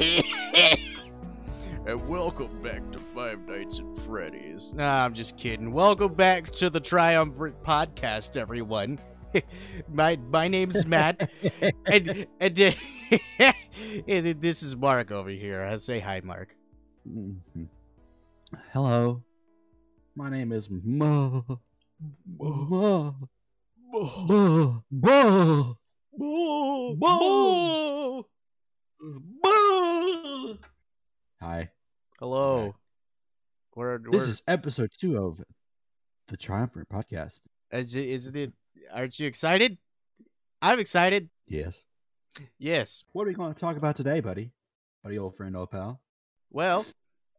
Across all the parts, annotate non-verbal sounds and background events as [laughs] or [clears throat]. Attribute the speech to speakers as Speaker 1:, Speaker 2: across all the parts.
Speaker 1: [laughs]
Speaker 2: And welcome back to Five Nights at Freddy's.
Speaker 1: Nah, I'm just kidding. Welcome back to the Triumvirate Podcast, everyone. [laughs] my my name's
Speaker 3: [laughs]
Speaker 1: Matt, and and, [laughs] uh, and this is Mark over here. I say hi, Mark.
Speaker 3: Mhm. [laughs] Hello. My name is Mo. Mo. Mo. Mo.
Speaker 1: Boo!
Speaker 3: Boo! Mo. Hi.
Speaker 1: Hello. We're, we're
Speaker 3: This is episode two of the Triumphant Podcast.
Speaker 1: is it, isn't it? Aren't you excited? I'm excited.
Speaker 3: Yes.
Speaker 1: Yes.
Speaker 3: What are we going to talk about today, buddy? Buddy, old friend, old pal.
Speaker 1: Well,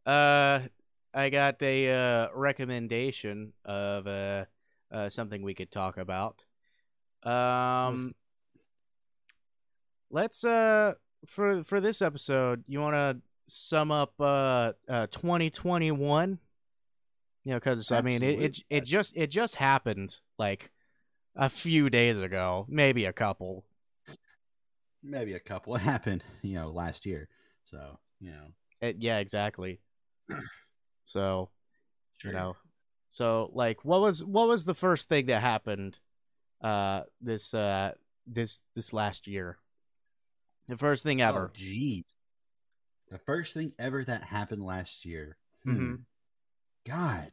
Speaker 1: uh, I got a uh, recommendation of uh, uh, something we could talk about. Um, let's uh for for this episode, you want to sum up uh, uh 2021? You know, because I mean, it, it
Speaker 3: Absolutely.
Speaker 1: it just it just happened like a few days ago, maybe a couple.
Speaker 3: Maybe a couple. [laughs] It happened, you know, last year. So, you know.
Speaker 1: Uh, yeah, exactly. So
Speaker 3: Sure.
Speaker 1: you know so like what was what was the first thing that happened uh this uh this this last year the first thing ever
Speaker 3: Oh, jeez. The first thing ever that happened last year.
Speaker 1: Mhm.
Speaker 3: God,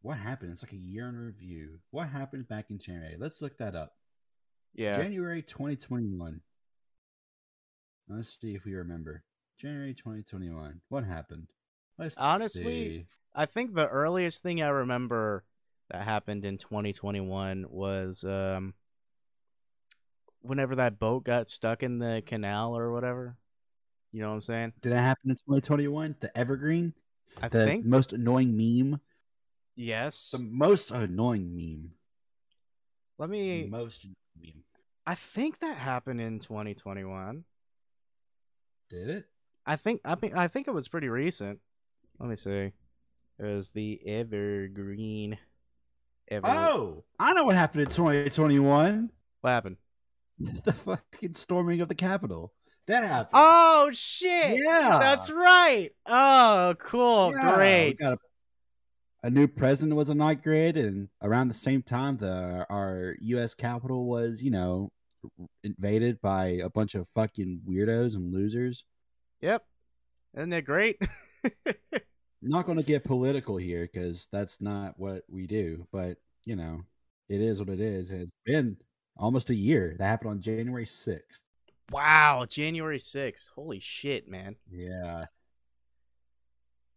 Speaker 3: what happened? It's like a year in review. What happened back in January? Let's look that up.
Speaker 1: yeah
Speaker 3: January 2021. Let's see if we remember. January 2021. What happened? Let's
Speaker 1: Honestly,
Speaker 3: see.
Speaker 1: i think the earliest thing i remember that happened in 2021 was um whenever that boat got stuck in the canal or whatever you know what i'm saying
Speaker 3: did that happen in 2021? The Evergreen,
Speaker 1: i
Speaker 3: the
Speaker 1: think
Speaker 3: most annoying meme,
Speaker 1: yes
Speaker 3: the most annoying meme,
Speaker 1: let
Speaker 3: the
Speaker 1: me
Speaker 3: most annoying meme.
Speaker 1: i think that happened in 2021
Speaker 3: Did it?
Speaker 1: I think I mean I think it was pretty recent. Let me see. It was the evergreen. Ever-
Speaker 3: Oh, I know what happened in 2021.
Speaker 1: what happened?
Speaker 3: [laughs] The fucking storming of the Capitol. That happened.
Speaker 1: Oh shit!
Speaker 3: yeah,
Speaker 1: That's right. Oh, cool,
Speaker 3: Yeah, we
Speaker 1: great.
Speaker 3: got a, a new president was inaugurated, and around the same time, the our U.S. Capitol was, you know, invaded by a bunch of fucking weirdos and losers.
Speaker 1: Yep. Isn't it great? [laughs]
Speaker 3: Not going to get political here because that's not what we do, but you know, it is what it is. And it's been almost a year. That happened on January sixth.
Speaker 1: wow, January 6th. Holy shit, man.
Speaker 3: Yeah.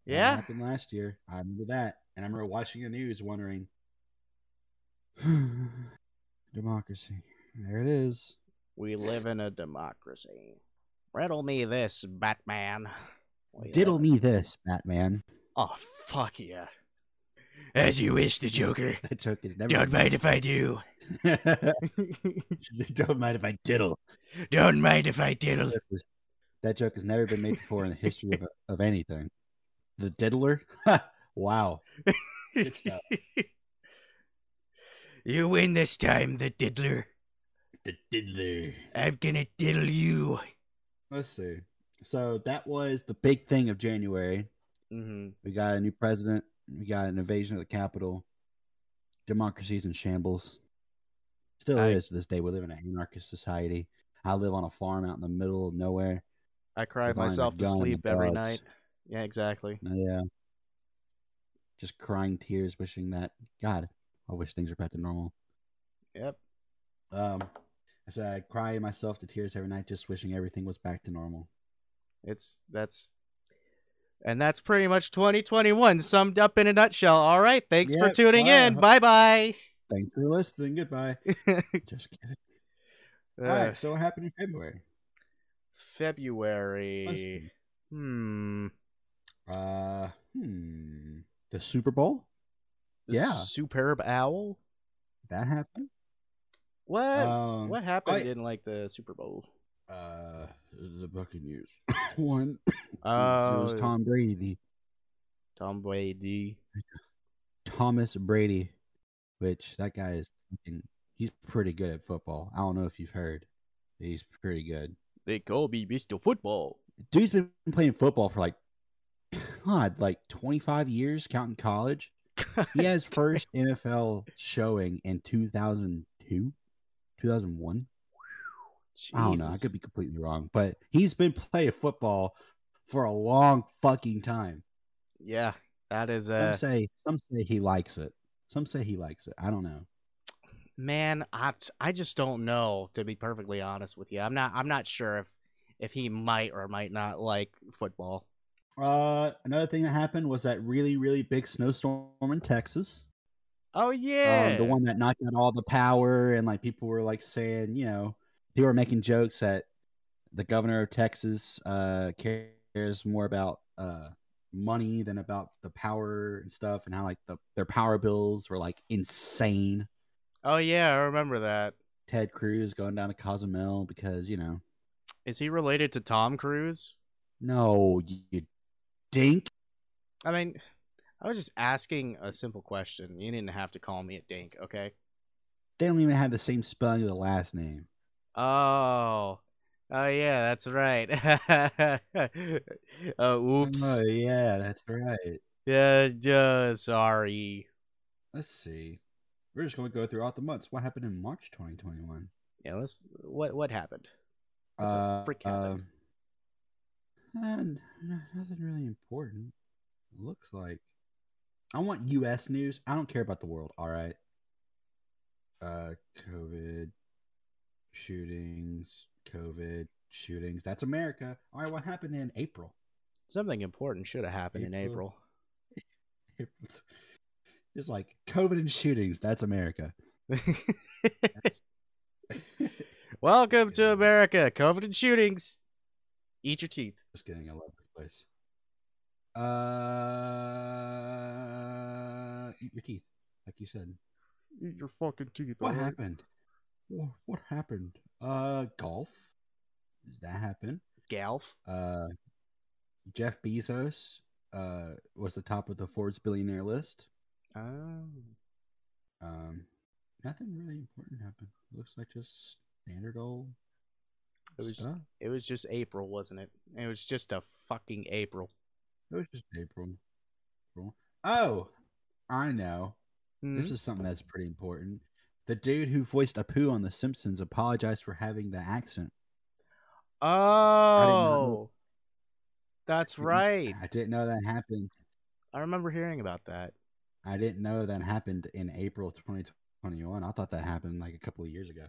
Speaker 3: That
Speaker 1: Yeah.
Speaker 3: happened last year. I remember that. And I remember watching the news
Speaker 1: [sighs]
Speaker 3: wondering Democracy. There it is.
Speaker 1: We live in a democracy. Riddle me this, Batman. We live
Speaker 3: Diddle
Speaker 1: in-
Speaker 3: me this, Batman. [laughs]
Speaker 1: Oh fuck yeah. As you wish, the
Speaker 3: [laughs]
Speaker 1: Joker.
Speaker 3: That joke is never
Speaker 1: Don't mind if I do. [laughs]
Speaker 3: [laughs] Don't mind if I diddle.
Speaker 1: Don't mind if I diddle.
Speaker 3: That joke was- that joke has never been made before in the history of, of anything. The diddler? [laughs] wow.
Speaker 1: [laughs]
Speaker 3: Good stuff.
Speaker 1: you win this time, the diddler.
Speaker 3: The diddler.
Speaker 1: I'm gonna diddle you.
Speaker 3: Let's see. So that was the big thing of January.
Speaker 1: Mm-hmm.
Speaker 3: We got a new president. We got an invasion of the Capitol. Democracy's in shambles. Still
Speaker 1: I-
Speaker 3: is to this day. We live in an anarchist society. I live on a farm out in the middle of nowhere.
Speaker 1: I cry
Speaker 3: With Iron
Speaker 1: myself to
Speaker 3: Gun and
Speaker 1: sleep every
Speaker 3: dogs.
Speaker 1: night. Yeah, exactly.
Speaker 3: Yeah. Just crying tears, wishing that God, I wish things were back to normal.
Speaker 1: Yep.
Speaker 3: Um, I said I cry myself to tears every night, just wishing everything was back to normal.
Speaker 1: It's that's and that's pretty much 2021 summed up in a nutshell. All right, thanks for
Speaker 3: Yep,
Speaker 1: tuning
Speaker 3: wow.
Speaker 1: in. Bye [laughs]
Speaker 3: [laughs]
Speaker 1: bye.
Speaker 3: Thanks for listening. Goodbye. just kidding. All right. So what happened in February? Let's
Speaker 1: February.
Speaker 3: see.
Speaker 1: Hmm.
Speaker 3: Uh, hmm. The Super Bowl.
Speaker 1: The
Speaker 3: Yeah.
Speaker 1: Superb owl.
Speaker 3: That happened.
Speaker 1: What?
Speaker 3: Um,
Speaker 1: Uh, what happened
Speaker 3: I-
Speaker 1: in like the Super Bowl?
Speaker 3: Uh, the Buccaneers [laughs] won.
Speaker 1: Oh,
Speaker 3: it was Tom Brady,
Speaker 1: Tom Brady.
Speaker 3: Thomas Brady, which that guy is. Fucking, he's pretty good at football. I don't know if you've heard. He's pretty good.
Speaker 1: They call me Mr. Football.
Speaker 3: Dude's been playing football for like [laughs] God, like 25 years counting college.
Speaker 1: [laughs]
Speaker 3: He has first NFL showing in 2002, 2001. I don't know. I could be completely wrong, but he's been playing football for a long fucking time.
Speaker 1: Yeah, that is
Speaker 3: Some
Speaker 1: a
Speaker 3: say some say he likes it. Some say he likes it. I don't know.
Speaker 1: man. I, I just don't know. To be perfectly honest with you, I'm not. I'm not sure if if he might or might not like football.
Speaker 3: Uh, another thing that happened was that really, really big snowstorm in Texas.
Speaker 1: Oh yeah,
Speaker 3: Um, the one that knocked out all the power and like people were like saying, you know, people were making jokes that the governor of Texas uh cares more about uh money than about the power and stuff and how like the their power bills were like insane.
Speaker 1: Oh yeah, I remember that.
Speaker 3: Ted Cruz going down to Cozumel because, you know,
Speaker 1: Is he related to Tom Cruise?
Speaker 3: no, you dink.
Speaker 1: I mean, I was just asking a simple question. You didn't have to call me a dink, okay?
Speaker 3: They don't even have the same spelling of the last name.
Speaker 1: Oh. Oh yeah, that's right. [laughs] uh, oops.
Speaker 3: Oh yeah, that's right.
Speaker 1: Yeah, yeah, sorry.
Speaker 3: Let's see. We're just going to go throughout the months. What happened in March 2021?
Speaker 1: Yeah, let's, what what happened? What the
Speaker 3: Uh,
Speaker 1: frick happened?
Speaker 3: um, uh, n- nothing really important. Looks like I want U.S. news. I don't care about the world. All right. Uh, COVID shootings. COVID shootings. That's America. All right. What happened in April? [laughs]
Speaker 1: Something important should have happened in April.
Speaker 3: April. It's like COVID and shootings. That's America. [laughs] That's-
Speaker 1: [laughs] Welcome to America. COVID and shootings. Eat your teeth.
Speaker 3: Just kidding. I love this place. Uh, eat your teeth, like you said.
Speaker 1: Eat your fucking teeth.
Speaker 3: What happened? What, what happened? Uh, golf. That happened.
Speaker 1: Galf.
Speaker 3: Uh, Jeff Bezos uh was the top of the Forbes billionaire list.
Speaker 1: Oh.
Speaker 3: Um, nothing really important happened. Looks like just standard old
Speaker 1: It was-
Speaker 3: stuff.
Speaker 1: It was just April, wasn't it? It was just a fucking April.
Speaker 3: It was just April. April. Oh, I know. This
Speaker 1: Hmm?
Speaker 3: is something that's pretty important. The dude who voiced Apu on The Simpsons apologized for having the accent.
Speaker 1: oh, that's
Speaker 3: Didn't-
Speaker 1: right.
Speaker 3: I didn't know that happened.
Speaker 1: I remember hearing about that.
Speaker 3: I didn't know that happened in April 2021. I thought that happened like a couple of years ago.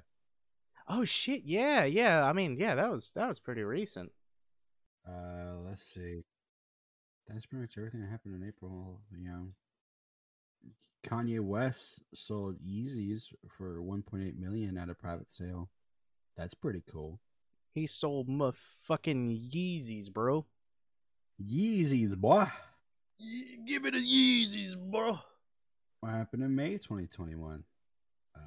Speaker 1: Oh shit! Yeah, yeah. I mean, yeah. That was that was pretty recent.
Speaker 3: Uh, let's see. That's pretty much everything that happened in April. You know, Kanye West sold Yeezys for 1.8 million at a private sale. That's pretty cool.
Speaker 1: He sold my fucking Yeezys, bro.
Speaker 3: Yeezys, boy.
Speaker 2: Ye- give me the Yeezys, bro.
Speaker 3: What happened in May 2021? Uh,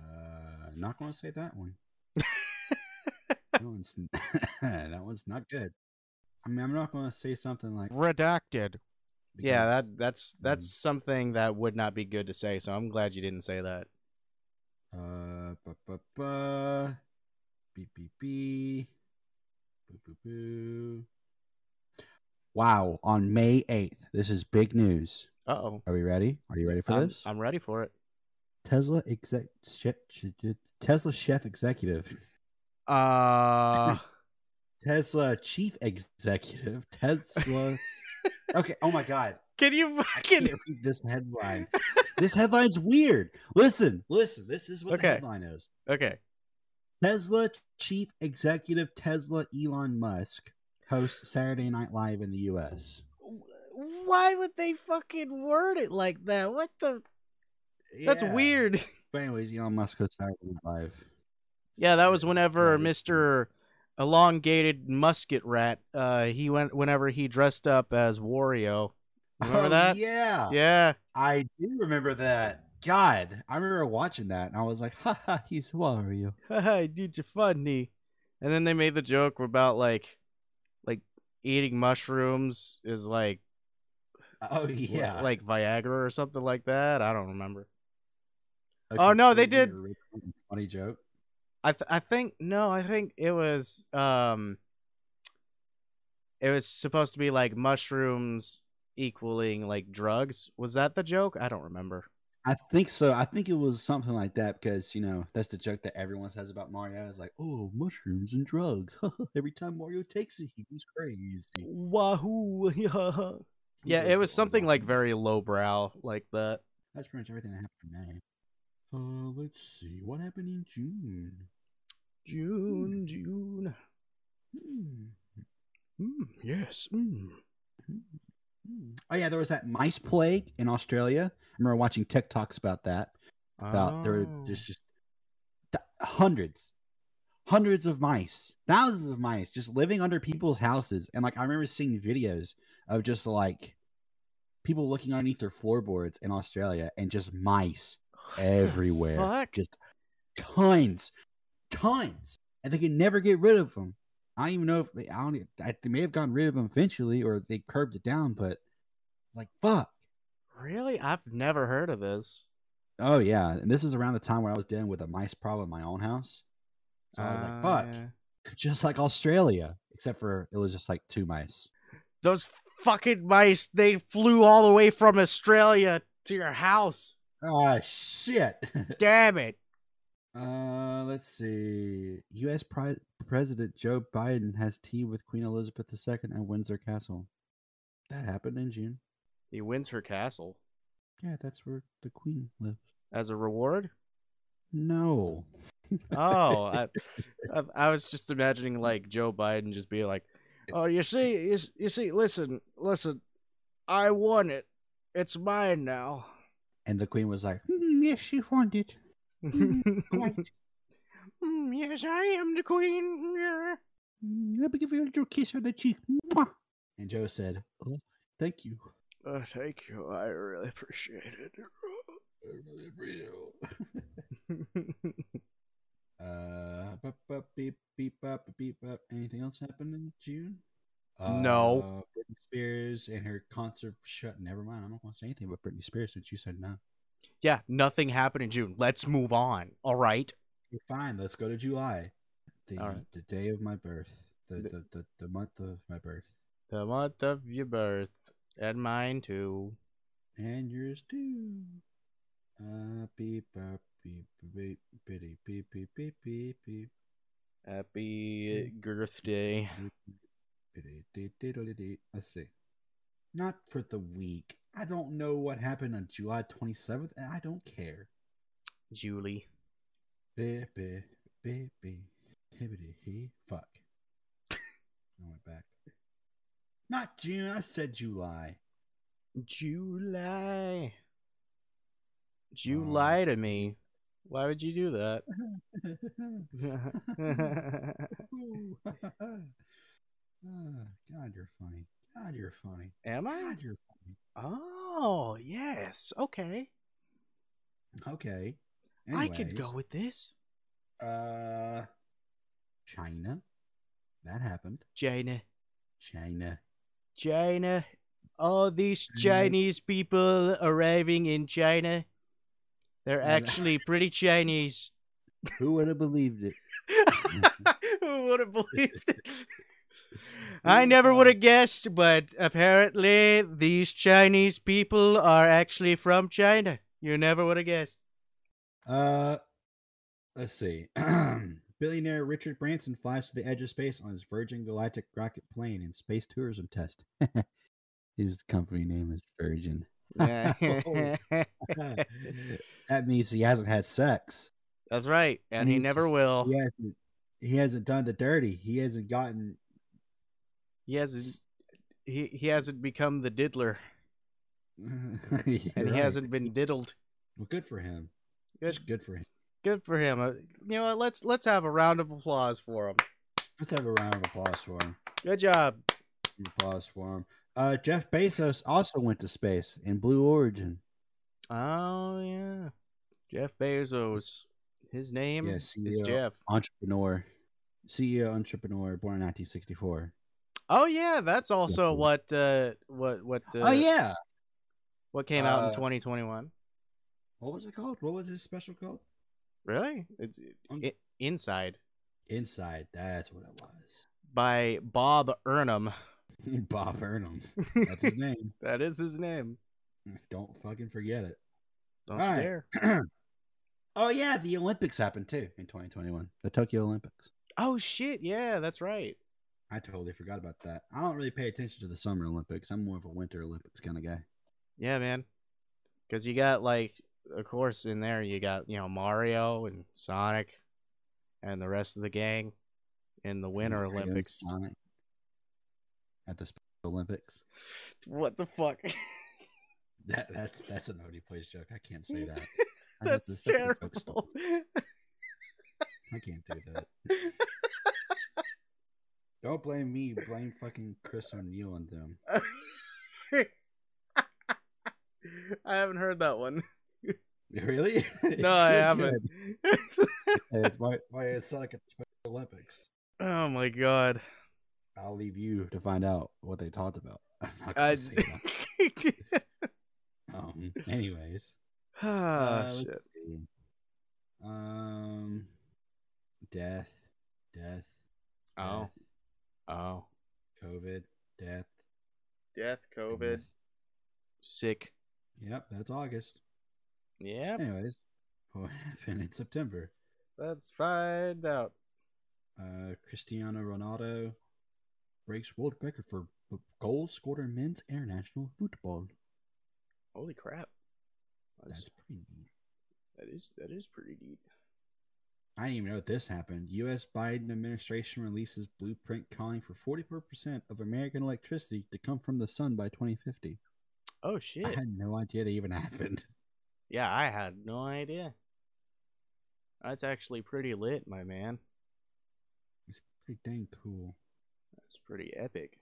Speaker 3: not going to say that one. that, one's, [laughs] that one's not good. I mean, I'm not going to say something like.
Speaker 1: Redacted. Yeah,
Speaker 3: because- Mm.
Speaker 1: that that's that's something that would not be good to say. So I'm glad you didn't say that.
Speaker 3: Uh, ba ba ba, beep beep beep, boo boo boo. Wow! On May eighth, this is big news.
Speaker 1: Uh oh.
Speaker 3: Are we ready? Are you ready for
Speaker 1: I'm,
Speaker 3: this?
Speaker 1: I'm ready for it.
Speaker 3: Tesla exec che- che- che- Tesla chef executive, [laughs]
Speaker 1: Uh.
Speaker 3: Tesla chief executive,
Speaker 1: [laughs]
Speaker 3: Tesla. okay. Oh my god!
Speaker 1: Can you
Speaker 3: I
Speaker 1: fucking?
Speaker 3: can't read this headline. This headline's weird. Listen, listen. This is what
Speaker 1: Okay.
Speaker 3: the headline is.
Speaker 1: Okay.
Speaker 3: Tesla chief executive Tesla Elon Musk hosts Saturday Night Live in the U.S.
Speaker 1: Why would they fucking word it like that? What the? That's
Speaker 3: Yeah.
Speaker 1: weird. [laughs]
Speaker 3: But anyways, Elon Musk hosts Saturday Night Live.
Speaker 1: Yeah, that was
Speaker 3: Yeah,
Speaker 1: whenever
Speaker 3: that is
Speaker 1: Mister Elongated Musket Rat. Uh, he went whenever he dressed up as Wario. Remember
Speaker 3: Oh,
Speaker 1: that?
Speaker 3: Yeah,
Speaker 1: Yeah.
Speaker 3: I do remember that. God, I remember watching that, and I was like, "Ha ha, he's Wario."
Speaker 1: [laughs] Haha, dude, you're funny. And then they made the joke about like, like eating mushrooms is like
Speaker 3: Oh
Speaker 1: w-
Speaker 3: [laughs] yeah.
Speaker 1: like Viagra or something like that. I don't remember.
Speaker 3: A
Speaker 1: oh, no, they
Speaker 3: completely
Speaker 1: did-
Speaker 3: original and Funny joke.
Speaker 1: I th- I think no, I think it was um it was supposed to be like mushrooms equaling like drugs. Was that the joke? I don't remember.
Speaker 3: I think so. I think it was something like that because you know that's the joke that everyone says about Mario. It's like, oh, mushrooms and drugs. [laughs] Every time Mario takes it, he goes crazy.
Speaker 1: Wahoo! [laughs]
Speaker 3: He
Speaker 1: yeah,
Speaker 3: goes
Speaker 1: it was something like
Speaker 3: wild.
Speaker 1: very lowbrow, like that.
Speaker 3: That's pretty much everything that happened in May. Uh, let's see what happened in June.
Speaker 1: June, June.
Speaker 3: Hmm.
Speaker 1: Mm, yes. Mm.
Speaker 3: Hmm. Oh yeah, there was that mice plague in Australia. I remember watching TikToks about that. About there were
Speaker 1: Oh.
Speaker 3: just just th- hundreds, hundreds of mice, thousands of mice, just living under people's houses. And like I remember seeing videos of just like people looking underneath their floorboards in Australia and just mice
Speaker 1: [laughs] What the
Speaker 3: everywhere,
Speaker 1: fuck?
Speaker 3: just tons, tons, and they could never get rid of them. I don't even know if they, I don't. e- I, they may have gotten rid of them eventually, or they curbed it down. But like, fuck.
Speaker 1: Really? I've never heard of this.
Speaker 3: Oh yeah, and this is around the time where I was dealing with a mice problem in my own house. So I was like,
Speaker 1: Uh,
Speaker 3: fuck,
Speaker 1: yeah.
Speaker 3: [laughs] just like Australia, except for it was just like two mice.
Speaker 1: Those fucking mice, they flew all the way from Australia to your house.
Speaker 3: Ah shit. [laughs]
Speaker 1: Damn it.
Speaker 3: uh, let's see. U.S. Pri- President Joe Biden has tea with Queen Elizabeth II at Windsor Castle. That happened in June.
Speaker 1: He wins her castle
Speaker 3: Yeah, that's where the queen lives.
Speaker 1: as a reward.
Speaker 3: No.
Speaker 1: Oh,
Speaker 3: [laughs]
Speaker 1: I, I, I was just imagining like Joe Biden just being like, "Oh, you see, you, s- you see, listen, listen, I won it. It's mine now."
Speaker 3: And the queen was like, "Hmm, "Yes, you found it. Quite.
Speaker 1: [laughs] "Mm, yes, I am the queen. Yeah.
Speaker 3: Mm, Let me give you a little kiss on the cheek." Mwah." And Joe said, oh, "Thank you."
Speaker 1: Oh, thank you. I really appreciate
Speaker 3: [laughs]
Speaker 1: it. [laughs]
Speaker 3: uh, bup, bup, beep, beep, bup, beep, bup. Anything else happened in June?
Speaker 1: No.
Speaker 3: Uh, Britney Spears and her concert shut. Never mind. I don't want to say anything about Britney Spears since you said no.
Speaker 1: yeah, nothing happened in June. Let's move on. All right.
Speaker 3: You're fine. Let's go to July. The,
Speaker 1: All right.
Speaker 3: the day of my birth. The,
Speaker 1: The-
Speaker 3: the, the, the month of my birth.
Speaker 1: The month of your birth and mine too.
Speaker 3: And yours too. Uh, beep, bop, beep, beep, bitty, beep, beep, beep, beep, beep,
Speaker 1: Happy Girth Day.
Speaker 3: beep, beep, bitty, dee, dee, doo, dee, dee. Let's see. Not for the week. I don't know what happened on July 27th, and I don't care.
Speaker 1: Julie.
Speaker 3: Beep, beep, beep, beep, hibbity, hee, fuck. I went back. Not June, I
Speaker 1: [laughs]
Speaker 3: said July.
Speaker 1: July. July to me. Why would you do that?
Speaker 3: Ooh. [laughs] Ah, God, you're funny. God, you're funny.
Speaker 1: [laughs] Am I?
Speaker 3: God, you're funny.
Speaker 1: Oh, yes. Okay.
Speaker 3: Okay.
Speaker 1: I could go
Speaker 3: Anyways,
Speaker 1: with this.
Speaker 3: Uh, China. That happened.
Speaker 1: China.
Speaker 3: China.
Speaker 1: China. All these
Speaker 3: China.
Speaker 1: Chinese people arriving in China. They're
Speaker 3: Yeah, that-
Speaker 1: actually pretty Chinese.
Speaker 3: [laughs] Who would have believed it?
Speaker 1: Who would have believed it? I never would have guessed, but apparently these Chinese people are actually from China. You never would have guessed.
Speaker 3: Uh, let's see. [clears throat] Billionaire Richard Branson flies to the edge of space on his Virgin Galactic rocket plane in space tourism test. [laughs] his company name is Virgin.
Speaker 1: [laughs]
Speaker 3: that means he hasn't had sex.
Speaker 1: That's right, and he
Speaker 3: He's-
Speaker 1: never will.
Speaker 3: He hasn't, he hasn't done the dirty. He hasn't gotten. [laughs]
Speaker 1: He hasn't. He, he hasn't become the diddler,
Speaker 3: and
Speaker 1: and he hasn't been diddled.
Speaker 3: Well, good for him.
Speaker 1: Good,
Speaker 3: It's good for him.
Speaker 1: good for him. Uh, You know what? Let's let's have a round of applause for him.
Speaker 3: Let's have a round of applause for him.
Speaker 1: Good job.
Speaker 3: Applause for him. Uh, Jeff Bezos also went to space in Blue Origin.
Speaker 1: Oh yeah, Jeff Bezos. His name
Speaker 3: Yeah,
Speaker 1: is
Speaker 3: CEO.
Speaker 1: Jeff.
Speaker 3: Entrepreneur, CEO, entrepreneur, born in 1964.
Speaker 1: Oh yeah, that's also
Speaker 3: Definitely.
Speaker 1: what uh, what what uh,
Speaker 3: oh yeah.
Speaker 1: what came out in
Speaker 3: Uh,
Speaker 1: 2021.
Speaker 3: What was it called? What was his special called?
Speaker 1: Really? It's
Speaker 3: Um,
Speaker 1: i Inside
Speaker 3: Inside. That's what it was. [laughs]
Speaker 1: by Bob Earnham.
Speaker 3: Bob Burnham. That's his name.
Speaker 1: [laughs]
Speaker 3: [laughs]
Speaker 1: That is his name.
Speaker 3: Don't fucking forget it.
Speaker 1: Don't
Speaker 3: All right.
Speaker 1: stare.
Speaker 3: Oh yeah, the Olympics happened too in 2021. The Tokyo Olympics.
Speaker 1: Oh shit! Yeah, that's right.
Speaker 3: I totally forgot about that. I don't really pay attention to the Summer Olympics. I'm more of a Winter Olympics kind of guy.
Speaker 1: Yeah, man. Because you got like, of course, in there you got you know Mario and Sonic, and the rest of the gang in the
Speaker 3: [laughs]
Speaker 1: Winter
Speaker 3: Mario and
Speaker 1: Olympics.
Speaker 3: Sonic At the Special Olympics.
Speaker 1: [laughs] What the fuck?
Speaker 3: That that's that's an OD plays joke. I can't say
Speaker 1: [laughs]
Speaker 3: that. I have to
Speaker 1: that's
Speaker 3: stop the joke
Speaker 1: terrible.
Speaker 3: stop. I can't do that.
Speaker 1: [laughs]
Speaker 3: Don't blame me. Blame fucking Chris O'Neill and them. [laughs]
Speaker 1: [laughs] I haven't heard that
Speaker 3: [laughs]
Speaker 1: one.
Speaker 3: Really? [laughs] It's
Speaker 1: No, I
Speaker 3: pretty
Speaker 1: haven't.
Speaker 3: good. It's my my it's Sonic at the Special Olympics.
Speaker 1: [laughs] oh my god.
Speaker 3: I'll leave you to find out what they talked about. [laughs] I'm not gonna
Speaker 1: I...
Speaker 3: say that. Um, anyways.
Speaker 1: [laughs] ah,
Speaker 3: Uh, let's
Speaker 1: shit.
Speaker 3: see. Um, death, death,
Speaker 1: Oh,
Speaker 3: death,
Speaker 1: oh.
Speaker 3: COVID, death,
Speaker 1: Death, COVID,
Speaker 3: death.
Speaker 1: sick.
Speaker 3: Yep, that's August.
Speaker 1: Yeah,
Speaker 3: Anyways, what [laughs] happened in September?
Speaker 1: let's find out.
Speaker 3: Uh, Cristiano Ronaldo breaks world record for b- goals scored in men's international football.
Speaker 1: Holy crap.
Speaker 3: That's
Speaker 1: That's,
Speaker 3: pretty neat.
Speaker 1: that is that is pretty neat.
Speaker 3: I didn't even know that this happened. U.S. Biden administration releases blueprint calling for 44% of American electricity to come from the sun by 2050.
Speaker 1: Oh
Speaker 3: I [laughs]
Speaker 1: shit.
Speaker 3: had no idea that even happened.
Speaker 1: yeah, I had no idea. That's actually pretty lit, my man.
Speaker 3: Pretty dang cool.
Speaker 1: That's pretty epic.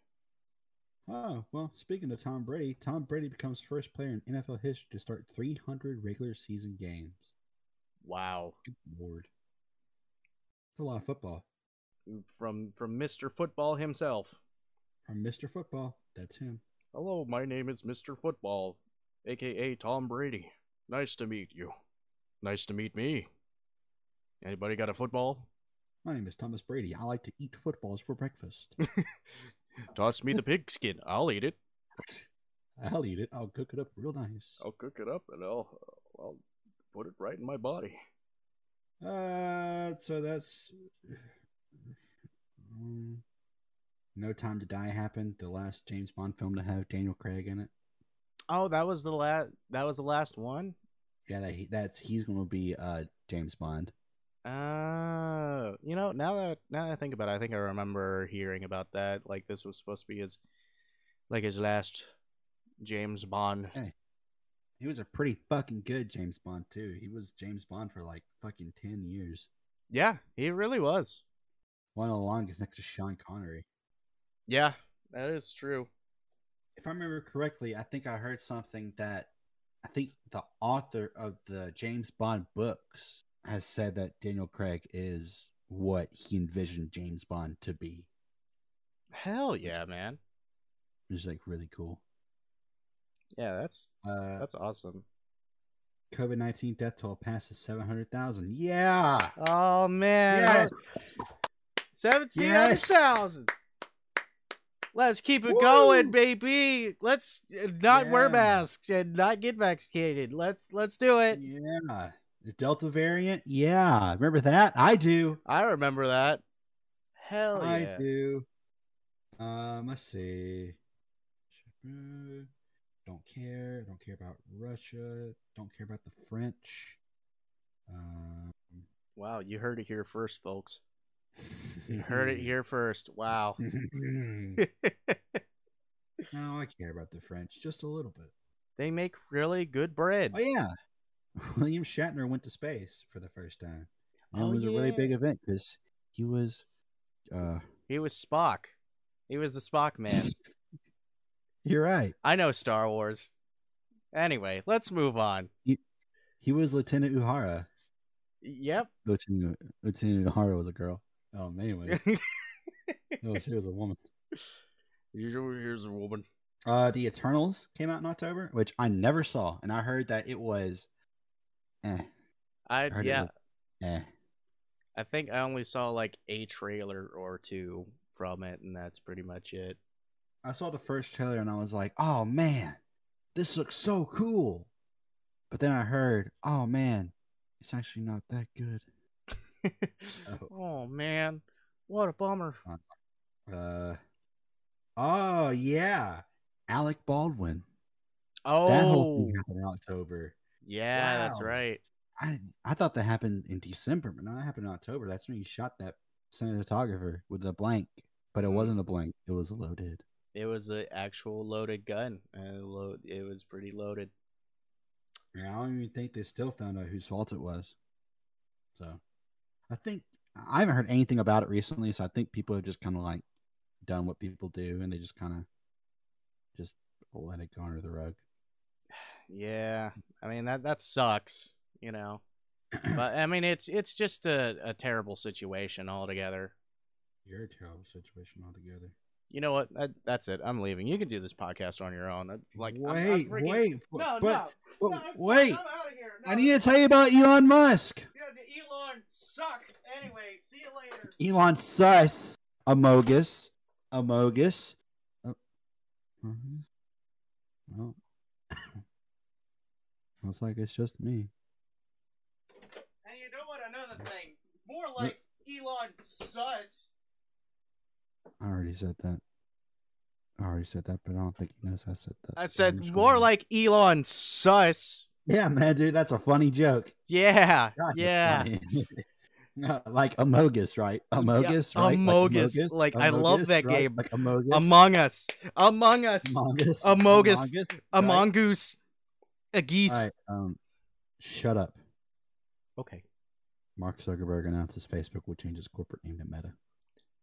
Speaker 3: Oh, well, speaking of Tom Brady, Tom Brady becomes first player in NFL history to start 300 regular season games.
Speaker 1: Wow.
Speaker 3: Good lord. That's a lot of football.
Speaker 1: From from Mr. Football himself.
Speaker 3: From Mr. Football, that's him.
Speaker 1: Hello, my name is Mr. Football, aka Tom Brady. Nice to meet you. Nice to meet me. Anybody got a football?
Speaker 3: My name is Thomas Brady. I like to eat footballs for breakfast.
Speaker 1: Toss me the pigskin. I'll eat it.
Speaker 3: I'll eat it. I'll cook it up real nice.
Speaker 1: I'll cook it up and I'll I'll put it right in my body.
Speaker 3: Uh, so that's Mm. No Time to Die happened. The last James Bond film to have Daniel Craig in it.
Speaker 1: Oh, that was the last. That was the last one.
Speaker 3: Yeah, that he, that's he's going to be uh James Bond.
Speaker 1: Uh, you know, now that now that I think about it, I think I remember hearing about that. Like this was supposed to be his, like his last James Bond.
Speaker 3: He was a pretty fucking good James Bond too. He was James Bond for like fucking ten years.
Speaker 1: Yeah, he really was.
Speaker 3: One of the longest next to Sean Connery.
Speaker 1: Yeah, that is true.
Speaker 3: If I remember correctly, I think I heard something that I think the author of the James Bond books has said that Daniel Craig is what he envisioned James Bond to be.
Speaker 1: Hell yeah, man.
Speaker 3: It's like really cool.
Speaker 1: Yeah, that's
Speaker 3: Uh,
Speaker 1: that's awesome.
Speaker 3: COVID nineteen death toll passes seven hundred thousand. Yeah.
Speaker 1: Oh man,
Speaker 3: Yes.
Speaker 1: seventeen
Speaker 3: Yes.
Speaker 1: thousand. Let's keep it
Speaker 3: Woo.
Speaker 1: going, baby. Let's uh, not wear
Speaker 3: Yeah.
Speaker 1: masks and not get vaccinated. Let's let's do it.
Speaker 3: Yeah. The Delta variant. Yeah. Remember that? I do.
Speaker 1: I remember that. Hell
Speaker 3: I
Speaker 1: yeah.
Speaker 3: do. Um, let's see. Don't care. Don't care about Russia. Don't care about the French. Um, [laughs]
Speaker 1: Wow, you heard it here first, folks. You
Speaker 3: Mm-hmm.
Speaker 1: heard
Speaker 3: [laughs]
Speaker 1: it here first. Wow.
Speaker 3: no, I care about the French just a little bit.
Speaker 1: [laughs] they make really good bread.
Speaker 3: Oh yeah, [laughs] William Shatner went to space for the first time. And
Speaker 1: Oh,
Speaker 3: it was a really
Speaker 1: yeah.
Speaker 3: big event because he was, uh,
Speaker 1: He was Spock. He was the Spock man.
Speaker 3: [laughs] you're right.
Speaker 1: I know Star Wars. Anyway, let's move on.
Speaker 3: He was Lieutenant Uhara.
Speaker 1: Yep.
Speaker 3: Lieutenant Lieutenant Uhara was a girl.
Speaker 1: [laughs]
Speaker 3: Um, anyways, no, she was a woman.
Speaker 1: Usually here's a woman.
Speaker 3: Uh, the Eternals came out in October, which I never saw, and I heard that it was, eh,
Speaker 1: I
Speaker 3: heard it
Speaker 1: yeah.
Speaker 3: was- eh.
Speaker 1: I think I only saw like a trailer or two from it, and that's pretty much it.
Speaker 3: I saw the first trailer and I was like, "Oh man, this looks so cool," but then I heard, "Oh man, it's actually not that good."
Speaker 1: [laughs] oh man, what a bummer.
Speaker 3: Uh, oh yeah, Alec Baldwin.
Speaker 1: Oh,
Speaker 3: That whole thing happened in October.
Speaker 1: yeah, that's
Speaker 3: Wow.
Speaker 1: right.
Speaker 3: I I thought that happened in December, but no, that happened in October. That's when you shot that cinematographer with a blank, but it wasn't a blank. It was loaded.
Speaker 1: It was an actual loaded gun, and it, lo- it was pretty loaded.
Speaker 3: And I don't even think they still found out whose fault it was. So, I think I haven't heard anything about it recently. So I think people have just kind of like done what people do, and they just kind of just let it go under the rug.
Speaker 1: Yeah, I mean that that sucks, you know. But I mean it's it's just a, a terrible situation altogether.
Speaker 3: [clears throat] You're a terrible situation altogether.
Speaker 1: You know what? That, that's it. I'm leaving. You can do this podcast on your own. It's like I'm- I'm
Speaker 3: wait,
Speaker 1: freaking-
Speaker 3: wait,
Speaker 1: No,
Speaker 3: but,
Speaker 1: no,
Speaker 3: but
Speaker 1: no, I'm-
Speaker 3: wait.
Speaker 1: I'm out of here. No,
Speaker 3: I need to tell you about Elon Musk.
Speaker 1: Yeah, the Elon suck. Anyway, see you later.
Speaker 3: Elon Sus. Amogus. Amogus. Oh. Mhm. Well. [laughs] Looks like it's just me.
Speaker 1: And you know what? Another thing, more like Elon sus.
Speaker 3: I already said that. I already said that, but I don't think he knows I said that.
Speaker 1: I
Speaker 3: so I'm
Speaker 1: said
Speaker 3: just
Speaker 1: more
Speaker 3: gonna-
Speaker 1: like Elon sus.
Speaker 3: Yeah, man, dude, that's a funny joke.
Speaker 1: Yeah,
Speaker 3: God, it's
Speaker 1: yeah.
Speaker 3: funny. [laughs] No, like Amogus, right? Amogus, right?
Speaker 1: Amogus. Like, I love that
Speaker 3: right?
Speaker 1: game.
Speaker 3: Like Amogus.
Speaker 1: Among us, among us,
Speaker 3: Amogus.
Speaker 1: Amogus.
Speaker 3: Amogus,
Speaker 1: a
Speaker 3: right?
Speaker 1: mongoose, a geese.
Speaker 3: All right, um, shut up.
Speaker 1: Okay.
Speaker 3: Mark Zuckerberg announces Facebook will change its corporate name to Meta.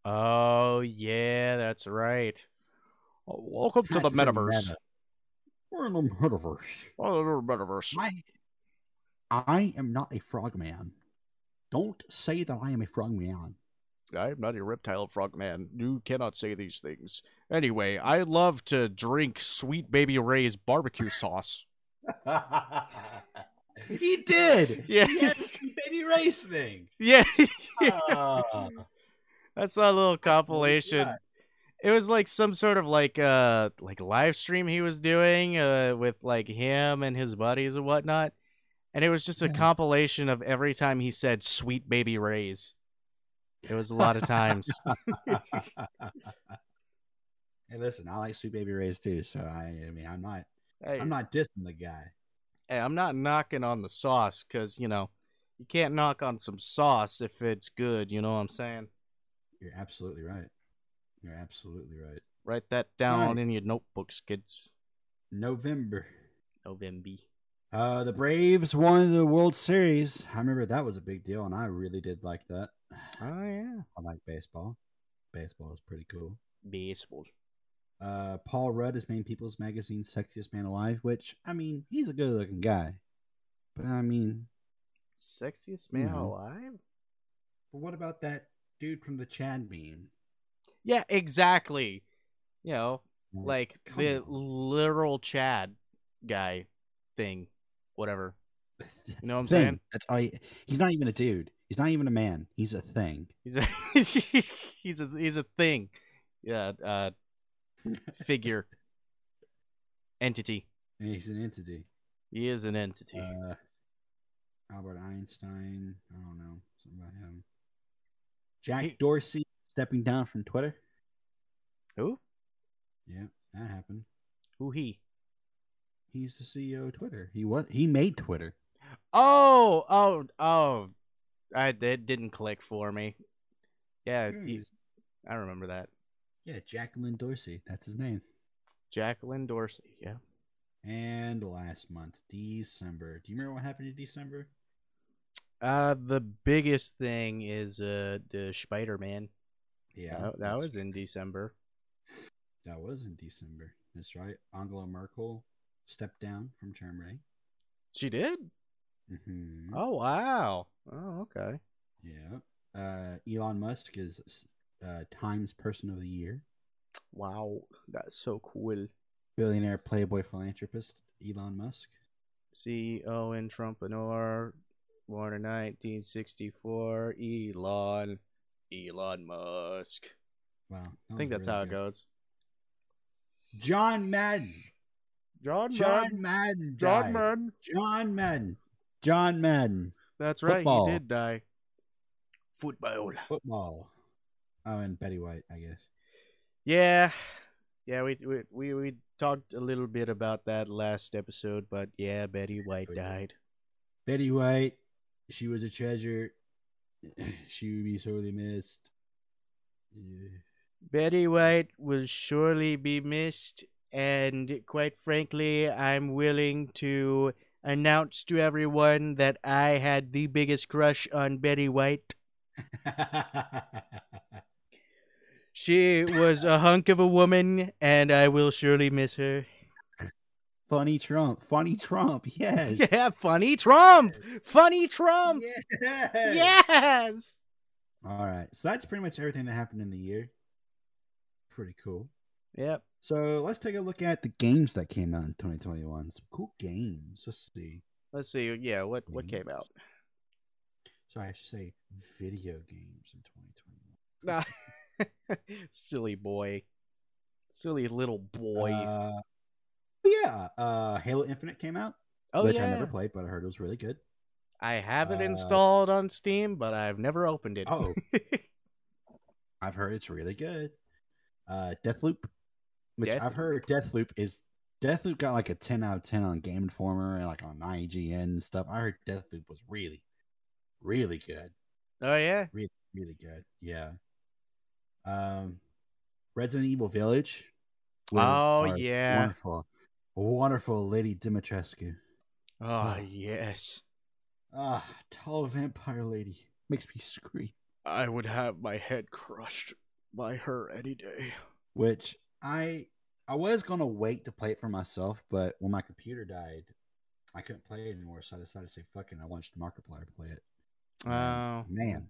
Speaker 1: Oh yeah, that's right. Welcome to the metaverse.
Speaker 3: We're in the metaverse.
Speaker 1: Oh, the metaverse.
Speaker 3: I, I am not a frogman. Don't say that I am
Speaker 1: [laughs]
Speaker 3: a frogman.
Speaker 1: I am not a reptile frogman. You cannot say these things. Anyway, I love to drink sweet baby Ray's barbecue sauce.
Speaker 3: he did.
Speaker 1: Yeah.
Speaker 3: He had this baby race thing.
Speaker 1: [laughs] Yeah,
Speaker 3: Ah.
Speaker 1: that's a [laughs] little compilation.
Speaker 3: Yeah.
Speaker 1: It was like some sort of like uh like live stream he was doing uh with like him and his buddies and whatnot. And it was just a
Speaker 3: Yeah.
Speaker 1: compilation of every time he said sweet baby Ray's. It was a lot of times.
Speaker 3: hey, listen, I like Sweet Baby Ray's too. So I, I mean, I'm not,
Speaker 1: [laughs] Hey,
Speaker 3: I'm not dissing the guy.
Speaker 1: hey, I'm not knocking on the sauce because, you know, you can't knock on some sauce if it's good. You know what I'm saying?
Speaker 3: You're absolutely right. You're absolutely right.
Speaker 1: Write that down
Speaker 3: Right.
Speaker 1: in your notebooks, kids.
Speaker 3: November.
Speaker 1: November.
Speaker 3: Uh, the Braves won the World Series. I remember that was a big deal, and I really did like that. I
Speaker 1: Oh, yeah.
Speaker 3: like baseball. Baseball is pretty cool.
Speaker 1: Baseball.
Speaker 3: Uh, Paul Rudd is named People's Magazine's Sexiest Man Alive, which I mean, he's a good-looking guy, but I mean,
Speaker 1: Sexiest man
Speaker 3: No.
Speaker 1: alive?
Speaker 3: but what about that dude from the Chad meme?
Speaker 1: Yeah, exactly. You know, like
Speaker 3: come
Speaker 1: the
Speaker 3: on.
Speaker 1: literal Chad guy thing, whatever. You know what I'm
Speaker 3: [laughs] Thing.
Speaker 1: saying?
Speaker 3: That's all. He, he's not even a dude. He's not even a man. He's a thing.
Speaker 1: He's a [laughs] he's a he's a thing. Yeah,
Speaker 3: [laughs]
Speaker 1: uh figure entity.
Speaker 3: And he's an entity.
Speaker 1: He is an entity.
Speaker 3: Uh, Albert Einstein. I don't know something about him. Jack
Speaker 1: He-
Speaker 3: Dorsey stepping down from Twitter.
Speaker 1: Who?
Speaker 3: Yeah, that happened.
Speaker 1: Who he?
Speaker 3: He's the CEO of Twitter. He was he made Twitter.
Speaker 1: Oh, oh, oh. I it didn't click for me. Yeah,
Speaker 3: Hmm.
Speaker 1: he, I remember that.
Speaker 3: Yeah, Jacqueline Dorsey. That's his name.
Speaker 1: Jacqueline Dorsey, yeah.
Speaker 3: And last month, December. Do you remember what happened in December?
Speaker 1: Uh the biggest thing is uh the Spider-Man.
Speaker 3: Yeah,
Speaker 1: That, that
Speaker 3: that's-
Speaker 1: was in December.
Speaker 3: that was in December. That's right. Angela Merkel stepped down from Germany.
Speaker 1: She did?
Speaker 3: hmm
Speaker 1: Oh wow. Oh, okay.
Speaker 3: Yeah. Uh, Elon Musk is uh, Times Person of the Year.
Speaker 1: Wow. That's so cool.
Speaker 3: billionaire playboy philanthropist Elon Musk.
Speaker 1: CEO and Trumpreneur, E born in 1964, Elon, Elon Musk.
Speaker 3: Wow, that
Speaker 1: I think
Speaker 3: was
Speaker 1: that's
Speaker 3: really
Speaker 1: how it
Speaker 3: good.
Speaker 1: goes.
Speaker 3: John Madden.
Speaker 1: John Madden.
Speaker 3: John Madden.
Speaker 1: John
Speaker 3: died.
Speaker 1: Madden.
Speaker 3: John Madden. John Madden.
Speaker 1: That's right.
Speaker 3: Football.
Speaker 1: He did die.
Speaker 2: Football.
Speaker 3: Football. Oh, and Betty White, I guess.
Speaker 1: Yeah, yeah. We we we, we talked a little bit about that last episode, but yeah, Betty White
Speaker 3: We did.
Speaker 1: died.
Speaker 3: Betty White, she was a treasure. [sighs] she would be sorely missed. Yeah. [laughs]
Speaker 1: Betty White will surely be missed, and quite frankly, I'm willing to announce to everyone that I had the biggest crush on Betty White. She was a hunk of a woman, and I will surely miss her.
Speaker 3: Funny Trump. Funny Trump. Yes.
Speaker 1: [laughs] Yeah, funny Trump! Funny Trump!
Speaker 3: Yes.
Speaker 1: Yes!
Speaker 3: All right. So that's pretty much everything that happened in the year. Pretty cool.
Speaker 1: Yep.
Speaker 3: So let's take a look at the games that came out in 2021. Some cool games. Let's see.
Speaker 1: Let's see. Yeah, what what
Speaker 3: Mm-hmm.
Speaker 1: came out? [laughs]
Speaker 3: Sorry, I should say video games in 2021.
Speaker 1: Nah. Silly boy. Silly little boy.
Speaker 3: Uh, yeah. Uh, Halo Infinite came out,
Speaker 1: oh
Speaker 3: which
Speaker 1: yeah.
Speaker 3: I never played, but I heard it was really good.
Speaker 1: I have it
Speaker 3: Uh,
Speaker 1: installed on Steam, but I've never opened it.
Speaker 3: Oh. [laughs] I've heard it's really good. Uh, Deathloop, which
Speaker 1: Death-
Speaker 3: I've heard Deathloop is Deathloop got like a 10 out of 10 on Game Informer and like on IGN and stuff. I heard Deathloop was really, really good.
Speaker 1: oh yeah.
Speaker 3: really good. Yeah. Um, Resident Evil Village. with
Speaker 1: Oh,
Speaker 3: our
Speaker 1: yeah.
Speaker 3: wonderful, wonderful Lady Dimitrescu.
Speaker 1: Oh
Speaker 3: Oh.
Speaker 1: yes.
Speaker 3: Ah, tall vampire lady makes me scream.
Speaker 1: I would have my head crushed by her any day.
Speaker 3: Which I I was gonna wait to play it for myself, but when my computer died, I couldn't play it anymore. So I decided to say, "Fucking!" I watched Markiplier play it. Mm.
Speaker 1: Oh.
Speaker 3: man.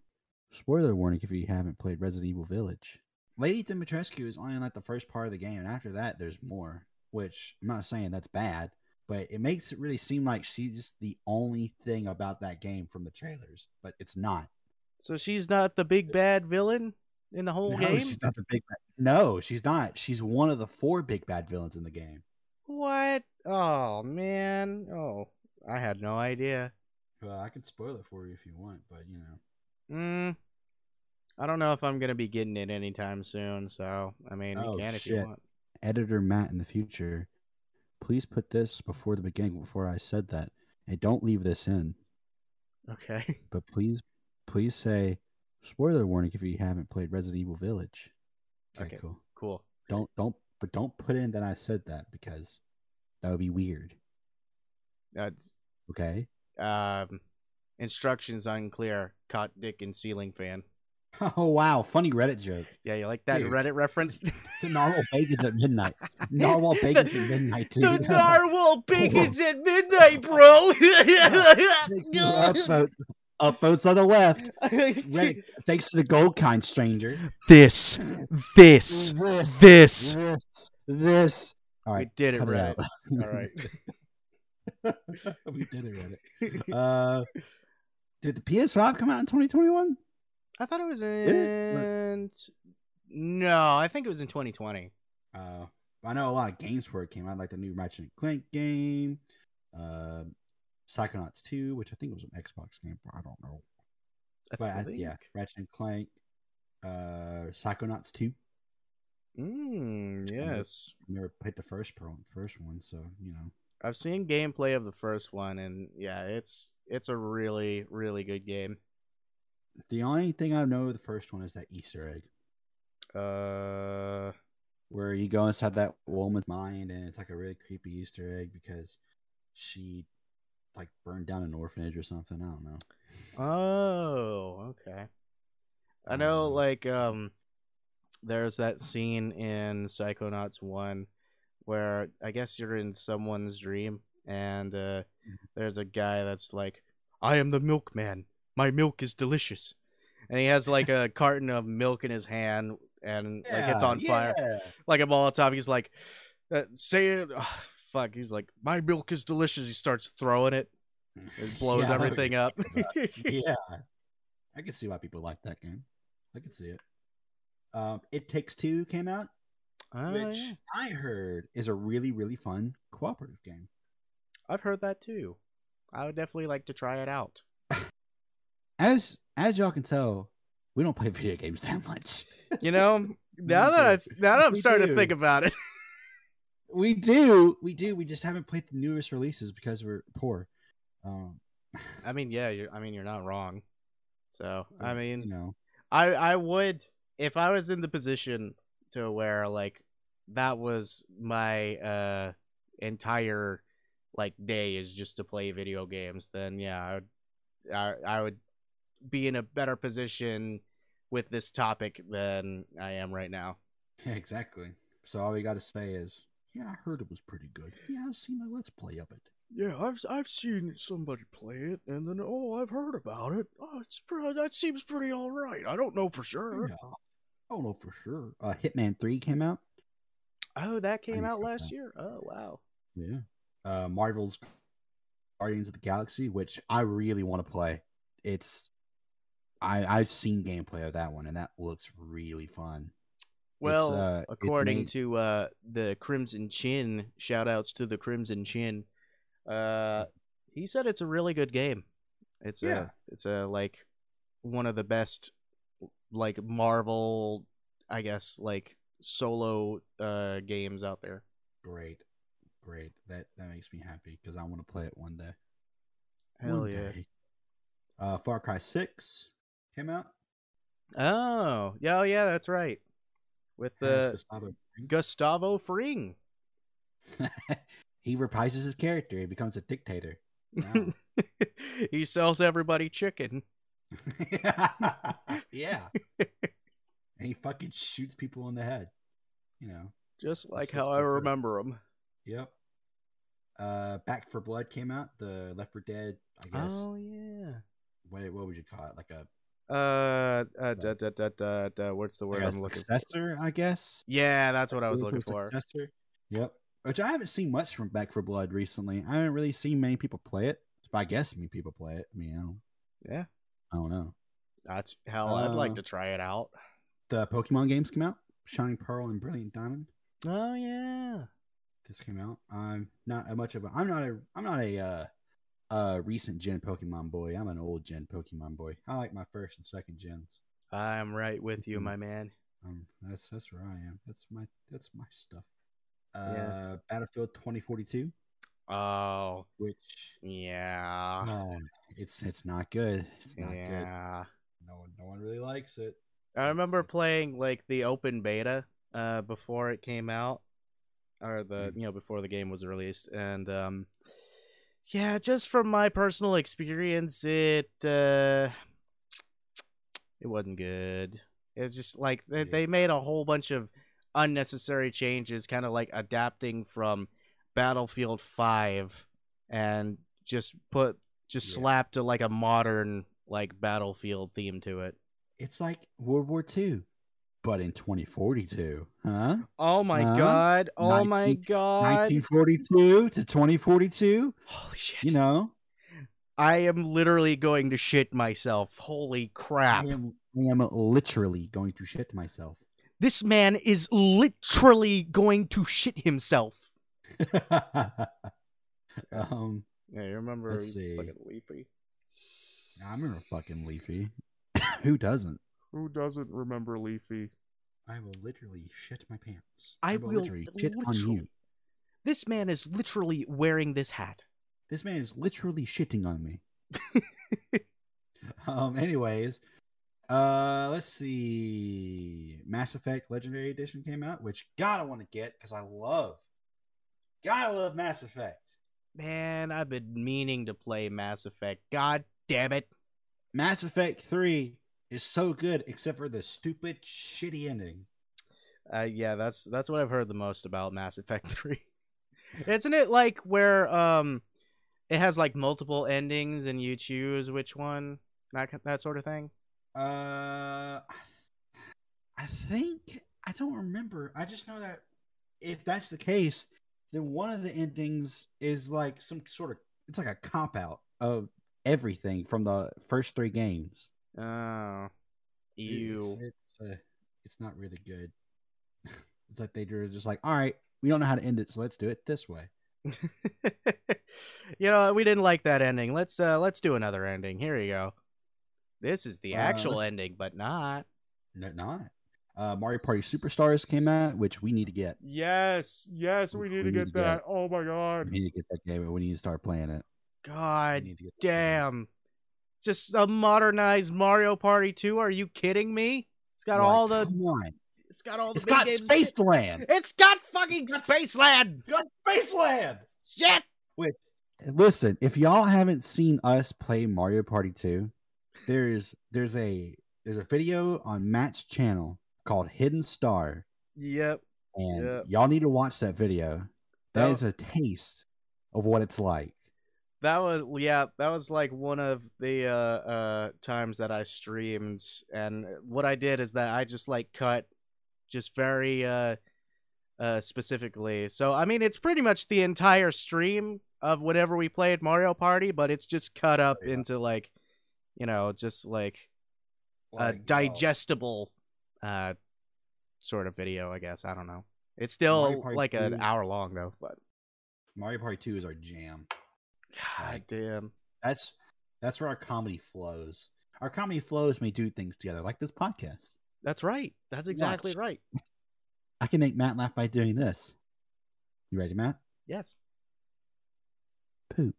Speaker 3: Spoiler warning if you haven't played Resident Evil Village. Lady Dimitrescu is only in like the first part of the game, and after that, there's more. Which I'm not saying that's bad, but it makes it really seem like she's the only thing about that game from the trailers. But it's not.
Speaker 1: So she's not the big bad villain in the whole
Speaker 3: no,
Speaker 1: game?
Speaker 3: she's not the big. Bad. No, she's not. She's one of the four big bad villains in the game.
Speaker 1: What? Oh man. Oh. I had no idea.
Speaker 3: Well, I can spoil it for you if you want, but you know.
Speaker 1: Mm. I don't know if I'm gonna be getting it anytime soon, so I mean
Speaker 3: Oh,
Speaker 1: you can if you
Speaker 3: shit.
Speaker 1: want. [laughs]
Speaker 3: editor Matt in the future, please put this before the beginning before I said that. And don't leave this in.
Speaker 1: Okay.
Speaker 3: But please please say spoiler warning if you haven't played Resident Evil Village. Okay,
Speaker 1: Okay.
Speaker 3: cool.
Speaker 1: Cool.
Speaker 3: Don't don't but don't put in that I said that because that would be weird.
Speaker 1: That's
Speaker 3: Okay? [laughs]
Speaker 1: um, instructions unclear. Caught dick in ceiling fan.
Speaker 3: Oh wow, funny Reddit joke.
Speaker 1: Yeah, you like that
Speaker 3: Dude.
Speaker 1: Reddit reference?
Speaker 3: The narwhal bacon's at midnight.
Speaker 1: [laughs]
Speaker 3: [laughs] Narwhal bacon's at midnight, [laughs] dude.
Speaker 1: The narwhal bacon's at midnight, bro. [laughs]
Speaker 3: Thanks to upvotes. Upvotes on the left. [laughs] Reddit. Thanks to the gold kind stranger.
Speaker 1: This, this,
Speaker 3: This,
Speaker 1: this.
Speaker 3: this, this. All
Speaker 1: We
Speaker 3: right,
Speaker 1: did it
Speaker 3: cut it
Speaker 1: right.
Speaker 3: out.
Speaker 1: All right.
Speaker 3: [laughs] we did it
Speaker 1: [laughs]
Speaker 3: right. [laughs] Uh, did the PS5 come out in 2021?
Speaker 1: I thought it was
Speaker 3: it?
Speaker 1: in. No, I think it was in 2020.
Speaker 3: Uh, I know a lot of games where it came out, like the new Ratchet and Clank game, uh, Psychonauts 2, which I think was an Xbox game, but I don't know.
Speaker 1: I
Speaker 3: But I,
Speaker 1: think.
Speaker 3: yeah, Ratchet and Clank, uh, Psychonauts 2.
Speaker 1: Mm, yes.
Speaker 3: Never played the first pro- first one, so you know.
Speaker 1: I've seen gameplay of the first one, and yeah, it's it's a really really good game.
Speaker 3: The only thing I know of the first one is that Easter egg.
Speaker 1: Uh,
Speaker 3: where you go inside that woman's mind and it's like a really creepy Easter egg because she like burned down an orphanage or something. I don't know.
Speaker 1: Uh, oh, okay. I know,
Speaker 3: Um,
Speaker 1: like, um, there's that scene in Psychonauts 1 where I guess you're in someone's dream, and uh,
Speaker 3: Mm-hmm.
Speaker 1: there's a guy that's like, I am the milkman. My milk is delicious. And he has like a carton of milk in his hand, and like it's on fire. like a Molotov. He's like, uh, say it. [sighs] ah, fuck. He's like, my milk is delicious. He starts throwing it. It blows
Speaker 3: Yeah, I know what
Speaker 1: everything up. [laughs]
Speaker 3: you're- [laughs] yeah, I can see why people like that game. I can see it. Um, it Takes Two came out.
Speaker 1: Oh,
Speaker 3: which
Speaker 1: yeah.
Speaker 3: I heard is a really really fun cooperative game.
Speaker 1: I've heard that too. I would definitely like to try it out.
Speaker 3: As as y'all can tell, we don't play [laughs] video games that much.
Speaker 1: [laughs] You know, now that I now that I'm
Speaker 3: We
Speaker 1: starting
Speaker 3: do.
Speaker 1: to think about it, [laughs]
Speaker 3: We do, we do. We just haven't played the newest releases because we're poor. Um, [sighs]
Speaker 1: I mean, yeah, you're, I mean, you're not wrong. So I mean,
Speaker 3: you know, [laughs]
Speaker 1: I I would if I was in the position to where like that was my uh entire like day is just to play video games, then yeah, I would, I, I would be in a better position with this topic than I am right now.
Speaker 3: exactly. So all we got to say is, yeah, I heard it was pretty good. Yeah, I've seen a let's play of it.
Speaker 2: Yeah, I've I've seen somebody play it, and then oh, I've heard about it. Oh, it's pre- that seems pretty all right. I don't know for sure.
Speaker 3: Yeah. I don't know for sure. Uh, Hitman Three came out.
Speaker 1: Oh, that came
Speaker 3: need
Speaker 1: out
Speaker 3: to try
Speaker 1: last
Speaker 3: that.
Speaker 1: year. Oh wow.
Speaker 3: Yeah. Uh, Marvel's Guardians of the Galaxy, which I really want to play. It's I I've seen gameplay of that one, and that looks really fun.
Speaker 1: Well,
Speaker 3: uh, it's
Speaker 1: according
Speaker 3: made-
Speaker 1: to uh, the Crimson Chin, shout outs to the Crimson Chin. Uh, he said it's a really good game. It's
Speaker 3: Yeah.
Speaker 1: a it's a like one of the best like Marvel, I guess like solo uh games out there.
Speaker 3: Great, great. That that makes me happy because I want to play it one day.
Speaker 1: Hell
Speaker 3: One
Speaker 1: yeah!
Speaker 3: day. Uh, Far Cry Six came out.
Speaker 1: Oh yeah, oh, yeah, that's right. With
Speaker 3: Has
Speaker 1: the
Speaker 3: Gustavo Fring.
Speaker 1: Gustavo Fring. [laughs]
Speaker 3: he reprises his character. He becomes a dictator.
Speaker 1: [laughs]
Speaker 3: Wow. [laughs]
Speaker 1: he sells everybody chicken.
Speaker 3: yeah. and he fucking shoots people in the head. You know.
Speaker 1: Just like
Speaker 3: That's
Speaker 1: how I
Speaker 3: what-
Speaker 1: remember him.
Speaker 3: Yep. Uh, Back for Blood came out. The Left for Dead. I guess.
Speaker 1: Oh yeah.
Speaker 3: What what would you call it? Like a
Speaker 1: Uh, uh da, da, da, da, da, what's the word
Speaker 3: like
Speaker 1: I'm
Speaker 3: a
Speaker 1: looking for?
Speaker 3: successor? I guess.
Speaker 1: Yeah, that's what I was looking for.
Speaker 3: Successor. Yep. Which I haven't seen much from Back for Blood recently. I haven't really seen many people play it. But I guess many people play it. I mean, I don't,
Speaker 1: Yeah,
Speaker 3: I don't know.
Speaker 1: that's hell. I'd like
Speaker 3: Uh,
Speaker 1: to try it out.
Speaker 3: The Pokemon games came out. Shining Pearl and Brilliant Diamond.
Speaker 1: Oh yeah.
Speaker 3: this came out. I'm not a much of a I'm not a I'm not a uh uh recent gen Pokemon boy. I'm an old gen Pokemon boy. I like my first and second gens.
Speaker 1: I'm right with you,
Speaker 3: Mhm.
Speaker 1: my man.
Speaker 3: Um that's that's where I am. That's my that's my stuff. Uh
Speaker 1: Yeah.
Speaker 3: Battlefield 2042,
Speaker 1: Oh
Speaker 3: which
Speaker 1: yeah, [laughs]
Speaker 3: uh, it's it's not good. It's not good.
Speaker 1: yeah.
Speaker 3: No one no one really likes it.
Speaker 1: I remember playing like the open beta uh before it came out or the
Speaker 3: Mm.
Speaker 1: you know before the game was released and um yeah, just from my personal experience it uh it wasn't good. It was just like they,
Speaker 3: Yeah.
Speaker 1: they made a whole bunch of unnecessary changes kind of like adapting from Battlefield 5 and just put just
Speaker 3: Yeah.
Speaker 1: slapped a, like a modern like battlefield theme to it.
Speaker 3: It's like World War II, but in 2042, huh?
Speaker 1: Oh my
Speaker 3: Huh?
Speaker 1: god. Oh my
Speaker 3: 19
Speaker 1: god.
Speaker 3: 1942 to 2042,
Speaker 1: Holy shit.
Speaker 3: you know.
Speaker 1: I am literally going to shit myself. Holy crap.
Speaker 3: I am, I am literally going to shit myself. [laughs]
Speaker 1: This man is literally going to shit himself.
Speaker 3: um,
Speaker 1: Yeah, you remember
Speaker 3: Let's he's see. fucking
Speaker 1: leafy.
Speaker 3: I remember fucking Leafy. [laughs] Who doesn't?
Speaker 2: Who doesn't remember Leafy?
Speaker 3: I will literally shit my pants.
Speaker 1: I will
Speaker 3: shit on you.
Speaker 1: literally- This man is literally wearing this hat.
Speaker 3: This man is literally shitting on me. um. Anyways, uh, let's see. Mass Effect Legendary Edition came out, which God I want to get because I love. God, I love Mass Effect.
Speaker 1: Man, I've been meaning to play Mass Effect. God damn it.
Speaker 3: Mass Effect 3 is so good except for the stupid shitty ending.
Speaker 1: Uh, yeah, that's that's what I've heard the most about Mass Effect [laughs] Three. Isn't it like where um, it has like multiple endings and you choose which one, that ki- that sort of thing?
Speaker 3: Uh I think I don't remember. I just know that if that's the case, then one of the endings is like some sort of it's like a cop out of everything from the first 3 games.
Speaker 1: Oh,
Speaker 3: It's-
Speaker 1: ew.
Speaker 3: It's, uh, it's not really good. [laughs] It's like they were just like, all right, we don't know how to end it, so let's do it this way.
Speaker 1: [laughs] you know, we didn't like that ending. Let's uh let's do another ending. Here you go. This is the
Speaker 3: Uh,
Speaker 1: actual
Speaker 3: let's-
Speaker 1: ending, but not.
Speaker 3: No, not. Uh, Mario Party Superstars came out, which we need to get.
Speaker 2: Yes, yes, we need to get that. Oh my
Speaker 3: We
Speaker 2: god.
Speaker 3: need to get that game, but we need to start playing it. We
Speaker 1: God
Speaker 3: need to get that game.
Speaker 1: damn. Just a modernized Mario Party 2? Are you kidding me? It's got
Speaker 3: Like,
Speaker 1: all the
Speaker 3: come on.
Speaker 1: it's got all the
Speaker 3: It's
Speaker 1: big
Speaker 3: got
Speaker 1: games and shit.
Speaker 3: Spaceland.
Speaker 1: It's got fucking
Speaker 3: That's-
Speaker 1: Spaceland.
Speaker 3: [laughs] It's got Spaceland.
Speaker 1: Shit.
Speaker 3: Listen, if y'all haven't seen us play Mario Party 2, there's there's a there's a video on Matt's channel called Hidden Star,
Speaker 1: Yep.
Speaker 3: and
Speaker 1: Yeah.
Speaker 3: y'all need to watch that video. That
Speaker 1: That-
Speaker 3: is a taste of what it's like.
Speaker 1: That was yeah, that was like one of the uh uh times that I streamed and uh, what I did is that I just like cut just very uh uh specifically. So I mean it's pretty much the entire stream of whenever we played Mario Party, but it's just cut up
Speaker 3: Yeah.
Speaker 1: into like you know, just like a
Speaker 3: Like, oh. y'all-
Speaker 1: digestible uh sort of video, I guess. I don't know. It's still
Speaker 3: Mario Party
Speaker 1: like an
Speaker 3: 2.
Speaker 1: hour long though, but
Speaker 3: Mario Party 2 is our jam.
Speaker 1: god
Speaker 3: Like-
Speaker 1: damn.
Speaker 3: That's that's where our comedy flows. Our comedy flows when we do things together, like this podcast.
Speaker 1: That's right. That's exactly
Speaker 3: Watch.
Speaker 1: right.
Speaker 3: I can make Matt laugh by doing this. You ready, Matt?
Speaker 1: Yes.
Speaker 3: Poop.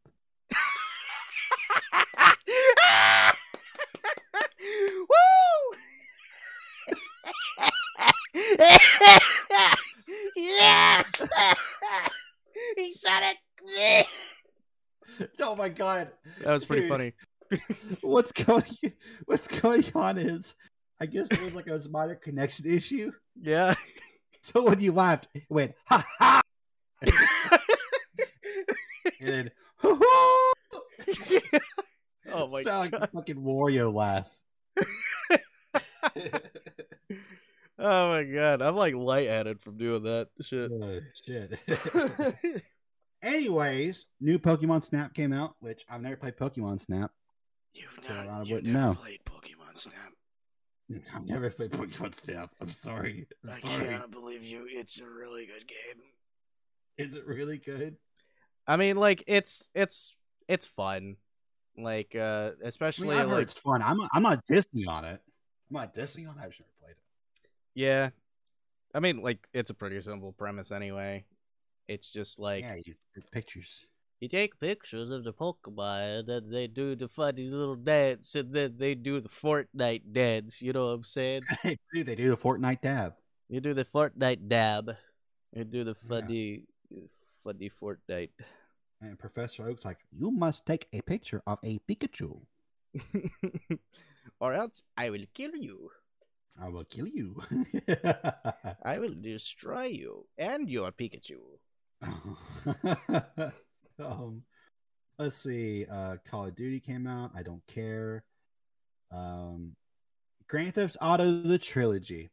Speaker 1: Woo! [laughs] yes! [laughs] he said it.
Speaker 3: [laughs] Oh my god.
Speaker 1: That was pretty
Speaker 3: Dude.
Speaker 1: funny.
Speaker 3: what's going [laughs] what's going on is I guess there was like a minor connection issue. [laughs]
Speaker 1: Yeah. [laughs]
Speaker 3: So when you laughed, it went ha ha and then [laughs] hoo hoo
Speaker 1: oh my
Speaker 3: sound
Speaker 1: god.
Speaker 3: like a fucking
Speaker 1: [laughs]
Speaker 3: Wario laugh. [laughs]
Speaker 1: Oh my god. I'm like lightheaded from doing that shit.
Speaker 3: Oh, shit. [laughs]
Speaker 1: [laughs]
Speaker 3: Anyways, new Pokemon Snap came out, which I've never played Pokemon Snap. [laughs]
Speaker 1: you've
Speaker 3: So not- I you've wouldn't never know.
Speaker 1: played Pokemon Snap.
Speaker 3: I've never played Pokemon Snap. I'm sorry. I'm sorry.
Speaker 1: believe you. It's a really good game.
Speaker 3: Is it really good?
Speaker 1: I mean, like it's it's it's fun. Like uh
Speaker 3: I mean,
Speaker 1: especially
Speaker 3: I've heard
Speaker 1: like
Speaker 3: it's fun. I'm not, I'm not dissing on it. I'm not dissing on it. I've just never played it.
Speaker 1: yeah. I mean, like it's a pretty simple premise anyway. It's just like
Speaker 3: yeah, you, your pictures. [laughs]
Speaker 1: you take pictures of the Pokemon, and then they do the funny little dance, and then they do the Fortnite dance. You know what I'm saying?
Speaker 3: They do. They do the Fortnite dab.
Speaker 1: You do the Fortnite dab. You do the
Speaker 3: Yeah.
Speaker 1: funny, funny Fortnite. [laughs]
Speaker 3: And Professor Oak's like, you must take a picture of a Pikachu.
Speaker 1: or else I will kill you.
Speaker 3: I will kill you. [laughs]
Speaker 1: I will destroy you and your Pikachu.
Speaker 3: um, let's see. Uh, Call of Duty came out. I don't care. Um, Grand Theft Auto: The Trilogy.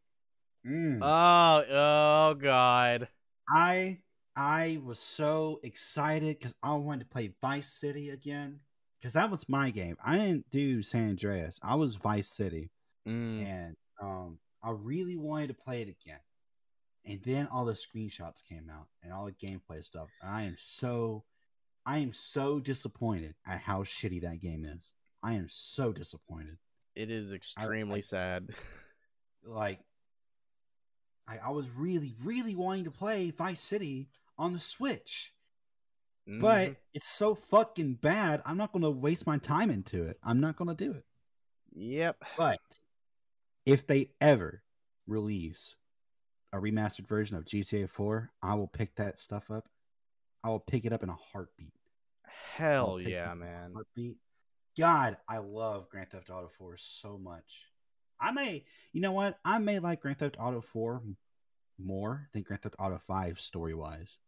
Speaker 3: Mm.
Speaker 1: Oh, oh God.
Speaker 3: I I was so excited because I wanted to play Vice City again because that was my game. I didn't do San Andreas. I was Vice City,
Speaker 1: Mm.
Speaker 3: and um, I really wanted to play it again. And then all the screenshots came out and all the gameplay stuff, and I am so I am so disappointed at how shitty that game is. I am so disappointed.
Speaker 1: It is extremely sad.
Speaker 3: Like I, I was really, really wanting to play Vice City on the Switch. but
Speaker 1: Mhm.
Speaker 3: it's so fucking bad. I'm not going to waste my time into it. I'm not going to do it.
Speaker 1: yep.
Speaker 3: But if they ever release a remastered version of GTA 4, I will pick that stuff up. I will pick it up in a heartbeat. I'll
Speaker 1: Hell
Speaker 3: pick it
Speaker 1: yeah,
Speaker 3: up in a
Speaker 1: man.
Speaker 3: Heartbeat. God, I love Grand Theft Auto 4 so much. I may, you know what? I may like Grand Theft Auto 4 more than Grand Theft Auto 5 story wise.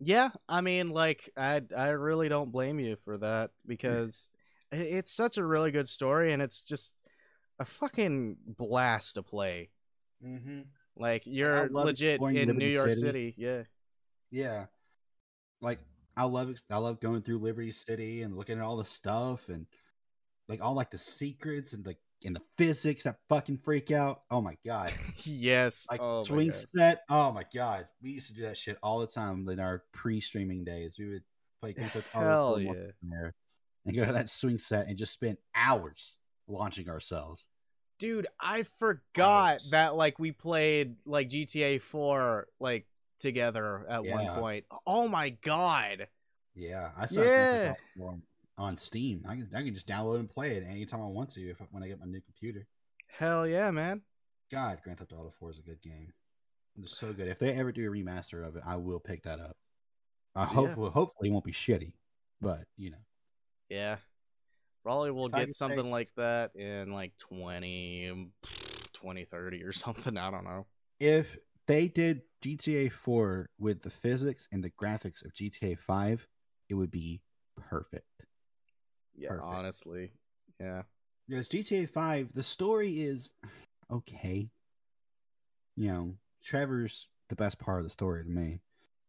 Speaker 1: Yeah, I mean, like, I I really don't blame you for that because i- it's such a really good story and it's just a fucking blast to play.
Speaker 3: Mm-hmm.
Speaker 1: Like, you're
Speaker 3: love
Speaker 1: legit
Speaker 3: exploring
Speaker 1: in
Speaker 3: Liberty
Speaker 1: New York
Speaker 3: City.
Speaker 1: City. Yeah. [laughs]
Speaker 3: Yeah. Like I love ex- I love going through Liberty City and looking at all the stuff and like all like the secrets and like and the physics that fucking freak out. Oh my
Speaker 1: [laughs]
Speaker 3: god.
Speaker 1: yes.
Speaker 3: Like
Speaker 1: oh my
Speaker 3: swing
Speaker 1: God.
Speaker 3: set. Oh my god. We used to do that shit all the time in our pre-streaming days. We would play Grand Theft Auto
Speaker 1: Hell
Speaker 3: for a month
Speaker 1: yeah.
Speaker 3: in there and go to that swing set and just spend hours launching ourselves.
Speaker 1: Dude, I forgot
Speaker 3: Hours.
Speaker 1: that like we played like GTA 4 like together at
Speaker 3: Yeah.
Speaker 1: one point. Oh my god.
Speaker 3: Yeah, I saw Grand Theft Auto on- on Steam. I can I can just download and play it anytime I want to if when I get my new computer.
Speaker 1: Hell yeah, man.
Speaker 3: God, Grand Theft Auto 4 is a good game. It's so good. If they ever do a remaster of it, I will pick that up. I hopefully hopefully it won't be shitty, but you know.
Speaker 1: Yeah. Probably we'll
Speaker 3: If I
Speaker 1: get
Speaker 3: could say-
Speaker 1: something like that in like 20 2030 or [laughs] something, I don't know.
Speaker 3: if they did GTA 4 with the physics and the graphics of GTA 5, it would be perfect.
Speaker 1: Yeah,
Speaker 3: Perfect.
Speaker 1: honestly. Yeah.
Speaker 3: Because GTA 5, the story is okay. You know, Trevor's the best part of the story to me.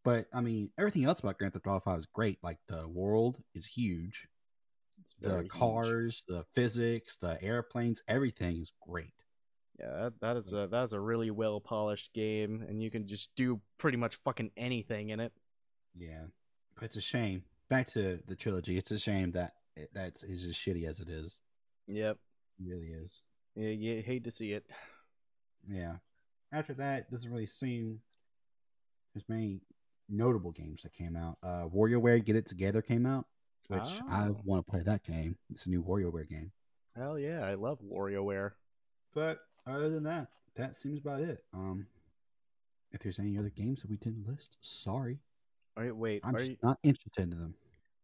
Speaker 3: But I mean, everything else about Grand Theft Auto 5 is great. Like the world is huge,
Speaker 1: It's
Speaker 3: the
Speaker 1: very huge.
Speaker 3: cars, the physics, the airplanes, everything is great.
Speaker 1: Yeah, that, that is a that is a really well polished game and you can just do pretty much fucking anything in it.
Speaker 3: Yeah, but it's a shame. Back to the trilogy, it's a shame that it, that's is as shitty as it is.
Speaker 1: Yep.
Speaker 3: It really is.
Speaker 1: Yeah, you hate to see it.
Speaker 3: Yeah. After that, it doesn't really seem there's many notable games that came out. Uh, WarioWare Get It Together came out, which I
Speaker 1: Oh.
Speaker 3: want to play that game. It's a new WarioWare game.
Speaker 1: Hell yeah, I love WarioWare.
Speaker 3: But other than that, that seems about it. Um, if there's any other games that we didn't list, sorry,
Speaker 1: Are you, wait,
Speaker 3: I'm
Speaker 1: are
Speaker 3: just
Speaker 1: you,
Speaker 3: not interested in them.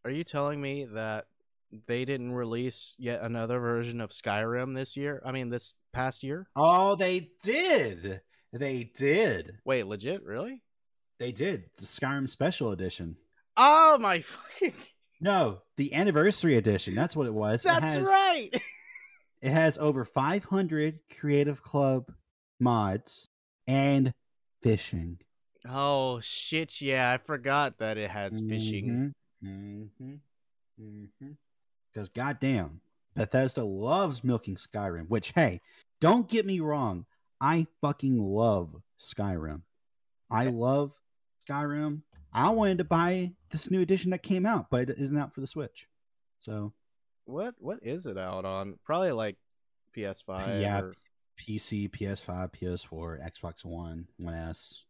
Speaker 1: are you telling me that they didn't release yet another version of Skyrim this year? I mean, this past year?
Speaker 3: Oh, they did. They did.
Speaker 1: Wait, legit, really?
Speaker 3: They did. The Skyrim Special Edition.
Speaker 1: Oh my [laughs] fucking!
Speaker 3: No, the Anniversary Edition. That's what it was. It
Speaker 1: That's
Speaker 3: has-
Speaker 1: right. [laughs]
Speaker 3: It has over 500 Creative Club mods and fishing.
Speaker 1: Oh shit! Yeah, I forgot that it has fishing.
Speaker 3: Mm-hmm. Mm-hmm. Because goddamn, Bethesda loves milking Skyrim. Which, hey, don't get me wrong, I fucking love Skyrim. I love Skyrim. I wanted to buy this new edition that came out, but it isn't out for the Switch. So
Speaker 1: What what is it out on? Probably like PS5.
Speaker 3: Yeah.
Speaker 1: or-
Speaker 3: PC, PS5, PS4, Xbox One, One S,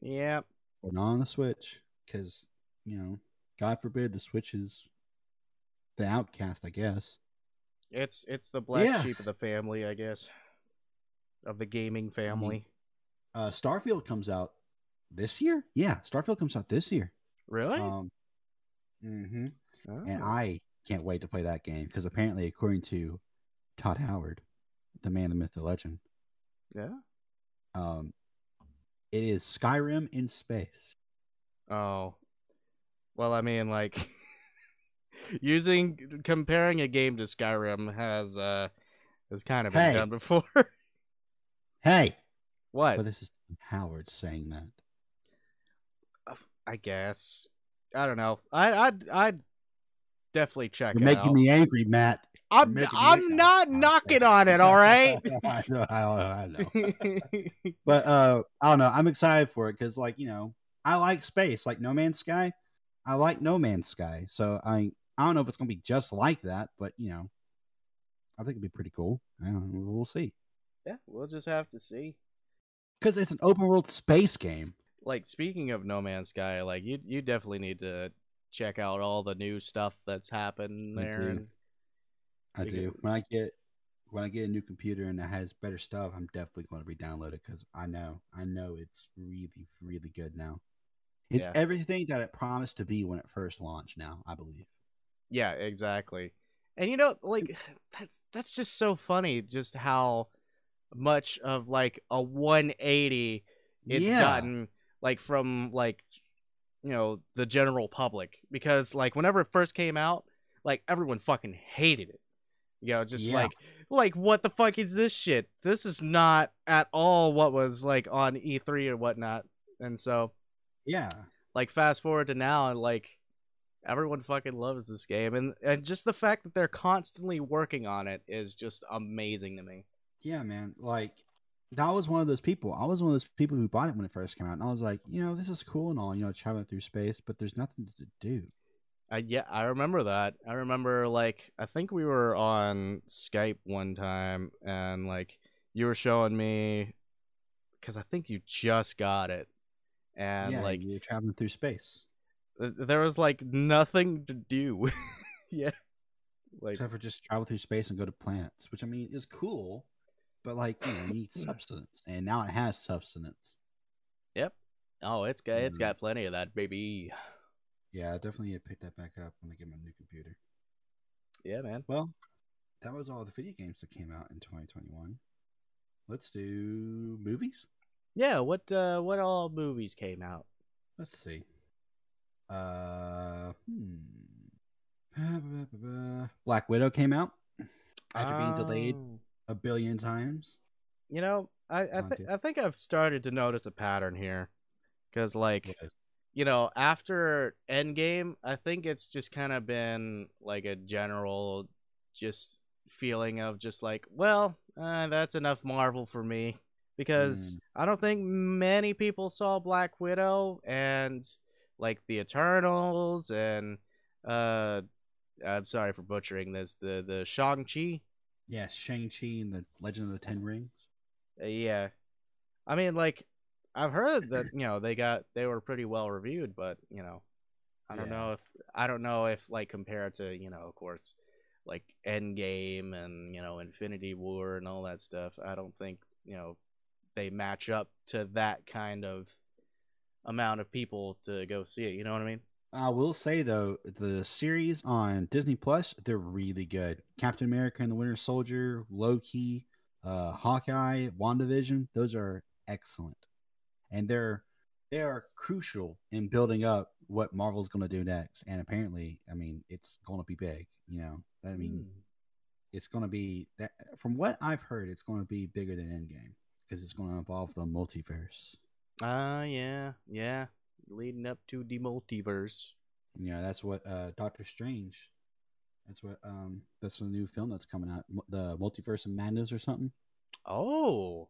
Speaker 1: yeah.
Speaker 3: or not on the Switch because you know, God forbid the Switch is the outcast, I guess.
Speaker 1: It's it's the black
Speaker 3: Yeah.
Speaker 1: sheep of the family, I guess, of the
Speaker 3: Mm-hmm.
Speaker 1: gaming family.
Speaker 3: Uh, Starfield comes out this year. Yeah, Starfield comes out this year.
Speaker 1: Really?
Speaker 3: Um, mhm.
Speaker 1: Oh.
Speaker 3: And I can't wait to play that game because apparently, according to Todd Howard, the man, the myth, the legend,
Speaker 1: yeah.
Speaker 3: um, it is Skyrim in space.
Speaker 1: Oh. Well, I mean, like, [laughs] using comparing a game to Skyrim has uh has kind of been
Speaker 3: Hey.
Speaker 1: done before. [laughs]
Speaker 3: Hey,
Speaker 1: what?
Speaker 3: but this is Howard saying that.
Speaker 1: I guess. I don't know. I I'd, I'd definitely check
Speaker 3: You're
Speaker 1: it
Speaker 3: making
Speaker 1: out.
Speaker 3: me angry, Matt. You're
Speaker 1: I'm
Speaker 3: making me
Speaker 1: I'm
Speaker 3: angry.
Speaker 1: not knocking on it. All right. [laughs]
Speaker 3: [laughs] I know, I know, I know. But uh, I don't know. I'm excited for it because, like, you know, I like space, like No Man's Sky. I like No Man's Sky, so I I don't know if it's gonna be just like that, but you know, I think it'd be pretty cool. I don't know, we'll see.
Speaker 1: yeah, we'll just have to see.
Speaker 3: Because it's an open world space game.
Speaker 1: Like speaking of No Man's Sky, like you you definitely need to check out all the new stuff that's happened
Speaker 3: I
Speaker 1: there.
Speaker 3: do.
Speaker 1: and-
Speaker 3: I
Speaker 1: Like it
Speaker 3: do.
Speaker 1: was-
Speaker 3: When I get when I get a new computer and it has better stuff, I'm definitely going to re-download it because I know I know it's really really good now. It's
Speaker 1: Yeah.
Speaker 3: everything that it promised to be when it first launched. Now I believe.
Speaker 1: Yeah, exactly. And you know, like that's that's just so funny, just how much of like a 180 it's gotten, like from like you know the general public, because like whenever it first came out, like everyone fucking hated it. You know, just
Speaker 3: Yeah.
Speaker 1: like like what the fuck is this shit? This is not at all what was like on E3 or whatnot. And so
Speaker 3: Yeah.
Speaker 1: like fast forward to now and like Everyone fucking loves this game, and and just the fact that they're constantly working on it is just amazing to me.
Speaker 3: Yeah, man. Like that was one of those people. I was one of those people who bought it when it first came out, and I was like, you know, this is cool and all, you know, traveling through space, but there's nothing to do.
Speaker 1: I, yeah, I remember that. I remember like I think we were on Skype one time, and like you were showing me because I think you just got it, and
Speaker 3: yeah,
Speaker 1: like
Speaker 3: you're traveling through space,
Speaker 1: th- there was like nothing to do. [laughs] yeah, like
Speaker 3: except for just travel through space and go to planets, which I mean is cool, but like you know,
Speaker 1: [clears throat]
Speaker 3: you need substance, and now it has substance.
Speaker 1: oh, it's got it's
Speaker 3: Mm.
Speaker 1: got plenty of that, baby.
Speaker 3: Yeah, I definitely need to pick that back up when I get my new computer.
Speaker 1: Yeah, man.
Speaker 3: Well, that was all the video games that came out in 2021. Let's do movies.
Speaker 1: Yeah, what uh what all movies came out?
Speaker 3: Let's see. Uh, hmm. Black Widow came out after being delayed
Speaker 1: Um,
Speaker 3: a billion times.
Speaker 1: You know, I I,
Speaker 3: Gone
Speaker 1: thi-
Speaker 3: too.
Speaker 1: I think I've started to notice a pattern here, because like you know after Endgame, I think it's just kind of been like a general just feeling of just like, well, uh, that's enough Marvel for me because I don't think many people saw Black Widow and like the Eternals and uh, I'm sorry for butchering this the the Shang Chi.
Speaker 3: Yeah, Shang Chi and the Legend of the Ten Rings.
Speaker 1: Uh, Yeah. I mean, like, I've heard that, you know, they got, they were pretty well reviewed, but, you know, I don't
Speaker 3: Yeah.
Speaker 1: know if, I don't know if, like, compared to, you know, of course, like Endgame and, you know, Infinity War and all that stuff, I don't think, you know, they match up to that kind of amount of people to go see it. You know what I mean?
Speaker 3: I will say though, the series on Disney Plus, they're really good. Captain America and the Winter Soldier, Loki, uh, Hawkeye, WandaVision, those are excellent. And they're they are crucial in building up what Marvel's gonna do next. And apparently, I mean, it's gonna be big, you know. I mean,
Speaker 1: Hmm.
Speaker 3: it's gonna be that from what I've heard, it's gonna be bigger than Endgame because it's gonna involve the multiverse.
Speaker 1: Ah, yeah. Yeah. Leading up to the multiverse.
Speaker 3: you know that's what uh doctor strange that's what um that's the new film that's coming out mu- the multiverse of madness or something
Speaker 1: Oh,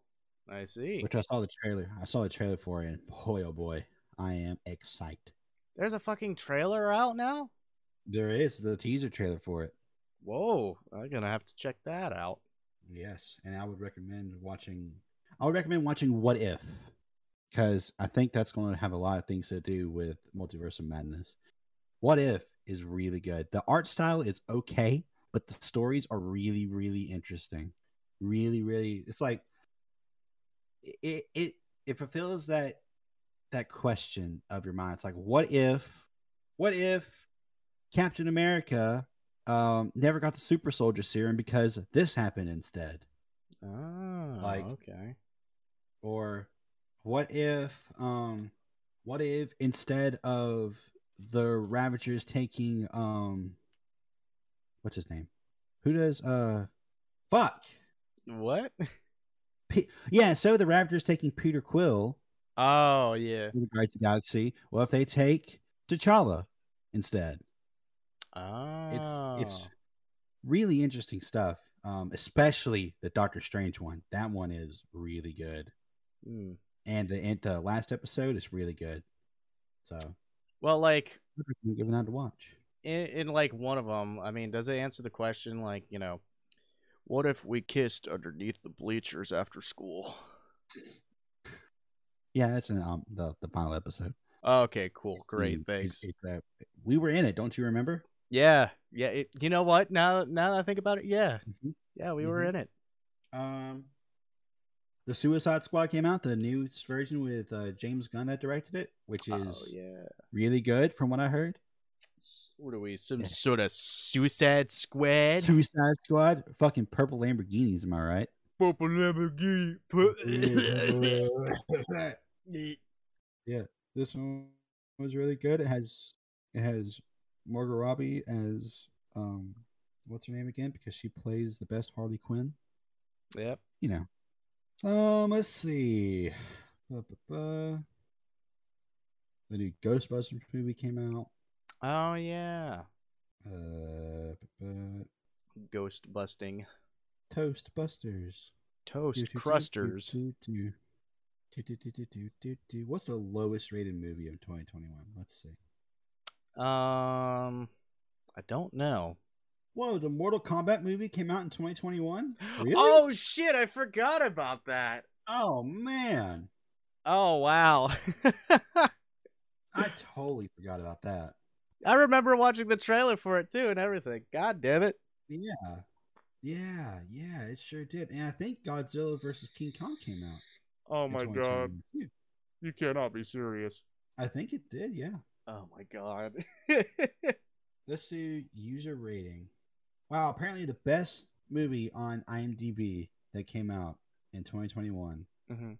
Speaker 1: I see.
Speaker 3: which i saw the trailer i saw the trailer for it and boy oh boy i am excited
Speaker 1: There's a fucking trailer out now?
Speaker 3: there is the teaser trailer for it
Speaker 1: Whoa, I'm gonna have to check that out.
Speaker 3: yes and i would recommend watching i would recommend watching what if because i think that's going to have a lot of things to do with multiverse of madness what if is really good the art style is okay but the stories are really really interesting really really it's like it it it fulfills that that question of your mind it's like what if what if captain america um never got the super soldier serum because this happened instead
Speaker 1: Oh,
Speaker 3: Like-
Speaker 1: okay.
Speaker 3: or what if um what if instead of the ravagers taking um what's his name who does uh fuck
Speaker 1: What? [laughs]
Speaker 3: Pe- yeah so the ravagers taking peter quill
Speaker 1: Oh yeah.
Speaker 3: from the Guardians of the galaxy what if they take t'challa instead
Speaker 1: Oh.
Speaker 3: it's really interesting stuff um especially the doctor strange one that one is really good
Speaker 1: Hmm.
Speaker 3: and the, and the last episode is really good so
Speaker 1: Well, like
Speaker 3: I'm giving that to watch.
Speaker 1: in, in like one of them. I mean, does it answer the question? Like you know, what if we kissed underneath the bleachers after school?
Speaker 3: Yeah, that's in um, the the final episode.
Speaker 1: Okay, cool,
Speaker 3: Mm,
Speaker 1: great,
Speaker 3: it's-
Speaker 1: thanks.
Speaker 3: it's, uh, we were in it, don't you remember?
Speaker 1: Yeah, yeah. It, you know what? Now, now that I think about it, yeah,
Speaker 3: Mhm.
Speaker 1: yeah, we were
Speaker 3: Mhm.
Speaker 1: in it.
Speaker 3: Um, the Suicide Squad came out, the newest version with uh, James Gunn that directed it, which is
Speaker 1: Oh yeah.
Speaker 3: really good from what I heard.
Speaker 1: S- What are we? Some
Speaker 3: Yeah.
Speaker 1: sort of Suicide Squad?
Speaker 3: Suicide Squad, fucking purple Lamborghinis, am I right?
Speaker 1: Purple Lamborghini.
Speaker 2: [laughs]
Speaker 1: Pu- [laughs]
Speaker 3: [laughs] this one was really good. It has it has Margot Robbie as um, what's her name again? Because she plays the best Harley Quinn.
Speaker 1: yep.
Speaker 3: you know. Um, let's see. Ba, ba, ba. The new Ghostbusters movie came out.
Speaker 1: Oh yeah,
Speaker 3: Uh, bu-
Speaker 1: ghost busting,
Speaker 3: Toast Busters.
Speaker 1: toast
Speaker 3: Do, do, do, do,
Speaker 1: crusters.
Speaker 3: do, do. Do, do, do, do, do, do, do. What's the lowest rated movie of 2021? Let's see.
Speaker 1: Um, I don't know.
Speaker 3: Whoa, the Mortal Kombat movie came out in 2021? Really?
Speaker 1: Oh shit! I forgot about that.
Speaker 3: Oh, man.
Speaker 1: Oh wow. [laughs]
Speaker 3: I totally forgot about that.
Speaker 1: I remember watching the trailer for it too and everything. God damn it.
Speaker 3: Yeah. Yeah, yeah, it sure did. And I think Godzilla versus King Kong came out.
Speaker 2: Oh
Speaker 3: in
Speaker 2: my god,
Speaker 3: 2021 too.
Speaker 2: you cannot be serious.
Speaker 3: I think it did, yeah.
Speaker 1: Oh my god. [laughs]
Speaker 3: Let's do user rating. Wow, apparently the best movie on IMDb that came out in 2021
Speaker 1: Mhm.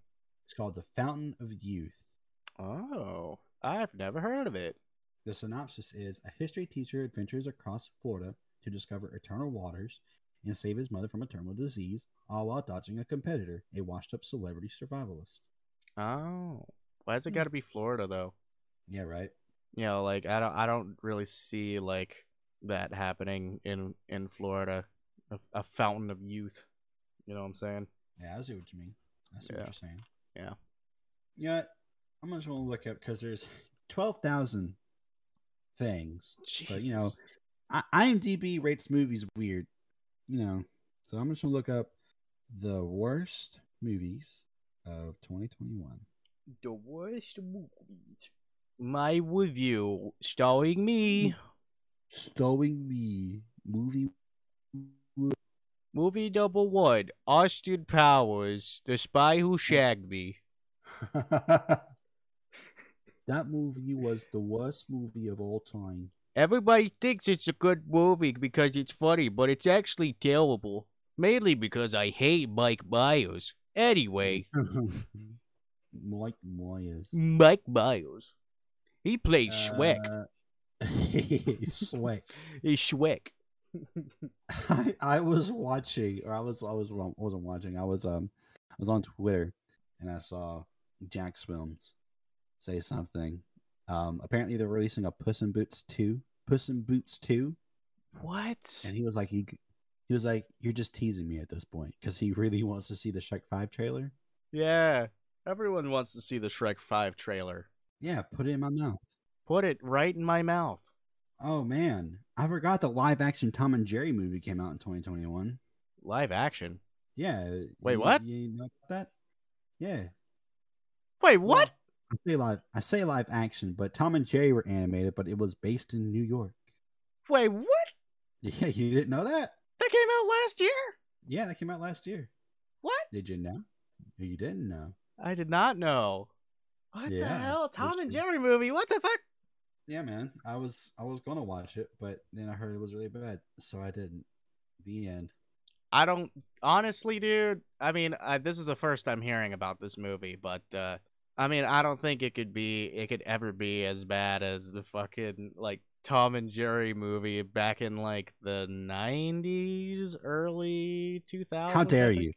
Speaker 3: is called The Fountain of Youth.
Speaker 1: Oh, I've never heard of it.
Speaker 3: The synopsis is a history teacher adventures across Florida to discover eternal waters and save his mother from a terminal disease, all while dodging a competitor, a washed up celebrity survivalist.
Speaker 1: Oh, why's
Speaker 2: Hmm.
Speaker 1: it got to be Florida though?
Speaker 3: Yeah, right?
Speaker 1: You know, like I don't, I don't really see like that happening in in Florida, a, a fountain of youth. You know what I'm saying?
Speaker 3: Yeah, I see what you mean. I see
Speaker 1: Yeah.
Speaker 3: what you're saying.
Speaker 1: Yeah.
Speaker 3: Yeah, I'm just going to look up because there's 12,000 things.
Speaker 1: Jesus.
Speaker 3: you know, I- IMDb rates movies weird, you know. So I'm just going to look up the worst movies of 2021.
Speaker 1: the worst movies. My review, starring
Speaker 3: [laughs]
Speaker 1: me.
Speaker 3: Stowing Me movie.
Speaker 1: Movie number one: Austin Powers, The Spy Who Shagged Me.
Speaker 3: that movie was the worst movie of all time.
Speaker 1: Everybody thinks it's a good movie because it's funny, but it's actually terrible. Mainly because I hate Mike Myers. Anyway,
Speaker 3: Mike Myers.
Speaker 1: Mike Myers. He played Schweck.
Speaker 3: Uh, [laughs] Schweck.
Speaker 1: He's Schweck.
Speaker 3: I, I was watching, or I was, I was, well, I wasn't watching. I was, um, I was on Twitter, and I saw Jack's films say something. Um, apparently they're releasing a Puss in Boots two, Puss in Boots two,
Speaker 1: What?
Speaker 3: and he was like, you, he was like, you're just teasing me at this point because he really wants to see the Shrek five trailer.
Speaker 1: Yeah. Everyone wants to see the Shrek 5 trailer.
Speaker 3: Yeah, put it in my mouth.
Speaker 1: Put it right in my mouth.
Speaker 3: Oh man, I forgot the live action Tom and Jerry movie came out in 2021.
Speaker 1: Live action.
Speaker 3: Yeah.
Speaker 1: Wait,
Speaker 3: you-
Speaker 1: what?
Speaker 3: You know about that? Yeah.
Speaker 1: Wait,
Speaker 3: well,
Speaker 1: what?
Speaker 3: I say live. I say live action, but Tom and Jerry were animated, but it was based in New York. [laughs]
Speaker 1: Wait, what?
Speaker 3: Yeah, you didn't know that?
Speaker 1: That came out last year?
Speaker 3: Yeah, that came out last year.
Speaker 1: What?
Speaker 3: Did you know? You didn't know.
Speaker 1: I did not know. What the
Speaker 3: Yeah,
Speaker 1: hell? Tom
Speaker 3: supposed
Speaker 1: and
Speaker 3: to.
Speaker 1: Jerry movie. What the fuck?
Speaker 3: Yeah, man. I was I was gonna watch it, but then I heard it was really bad, so I didn't. The end.
Speaker 1: I don't honestly, dude. I mean, I, this is the first I'm hearing about this movie, but uh, I mean, I don't think it could be, it could ever be as bad as the fucking like Tom and Jerry movie back in like the '90s, early 2000s.
Speaker 3: How
Speaker 1: I
Speaker 3: dare
Speaker 1: think.
Speaker 3: you?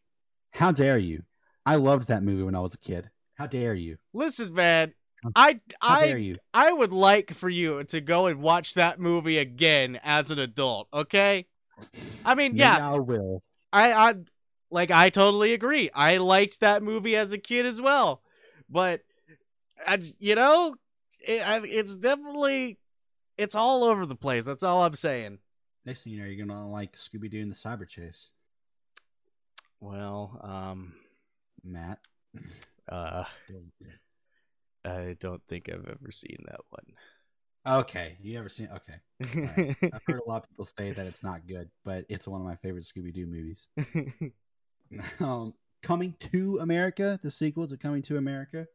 Speaker 3: How dare you? I loved that movie when I was a kid. How dare you?
Speaker 1: Listen, man.
Speaker 3: How
Speaker 1: I
Speaker 3: How
Speaker 1: I
Speaker 3: dare you?
Speaker 1: I would like for you to go and watch that movie again as an adult. Okay. I mean,
Speaker 3: Maybe
Speaker 1: yeah,
Speaker 3: I will.
Speaker 1: I, I like I totally agree. I liked that movie as a kid as well, but I, j- you know, it, I, it's definitely it's all over the place. That's all I'm saying.
Speaker 3: Next thing you know, you're gonna like Scooby Doo and the Cyber Chase,
Speaker 1: Well, um,
Speaker 3: Matt. [laughs]
Speaker 1: uh, I don't think I've ever seen that
Speaker 3: Okay, you ever seen? Okay,
Speaker 1: one.
Speaker 3: I've heard a lot of people say that it's not good, but it's one of my favorite Scooby Doo movies. [laughs]
Speaker 1: [laughs]
Speaker 3: Um, Coming to America, the sequel to Coming to America,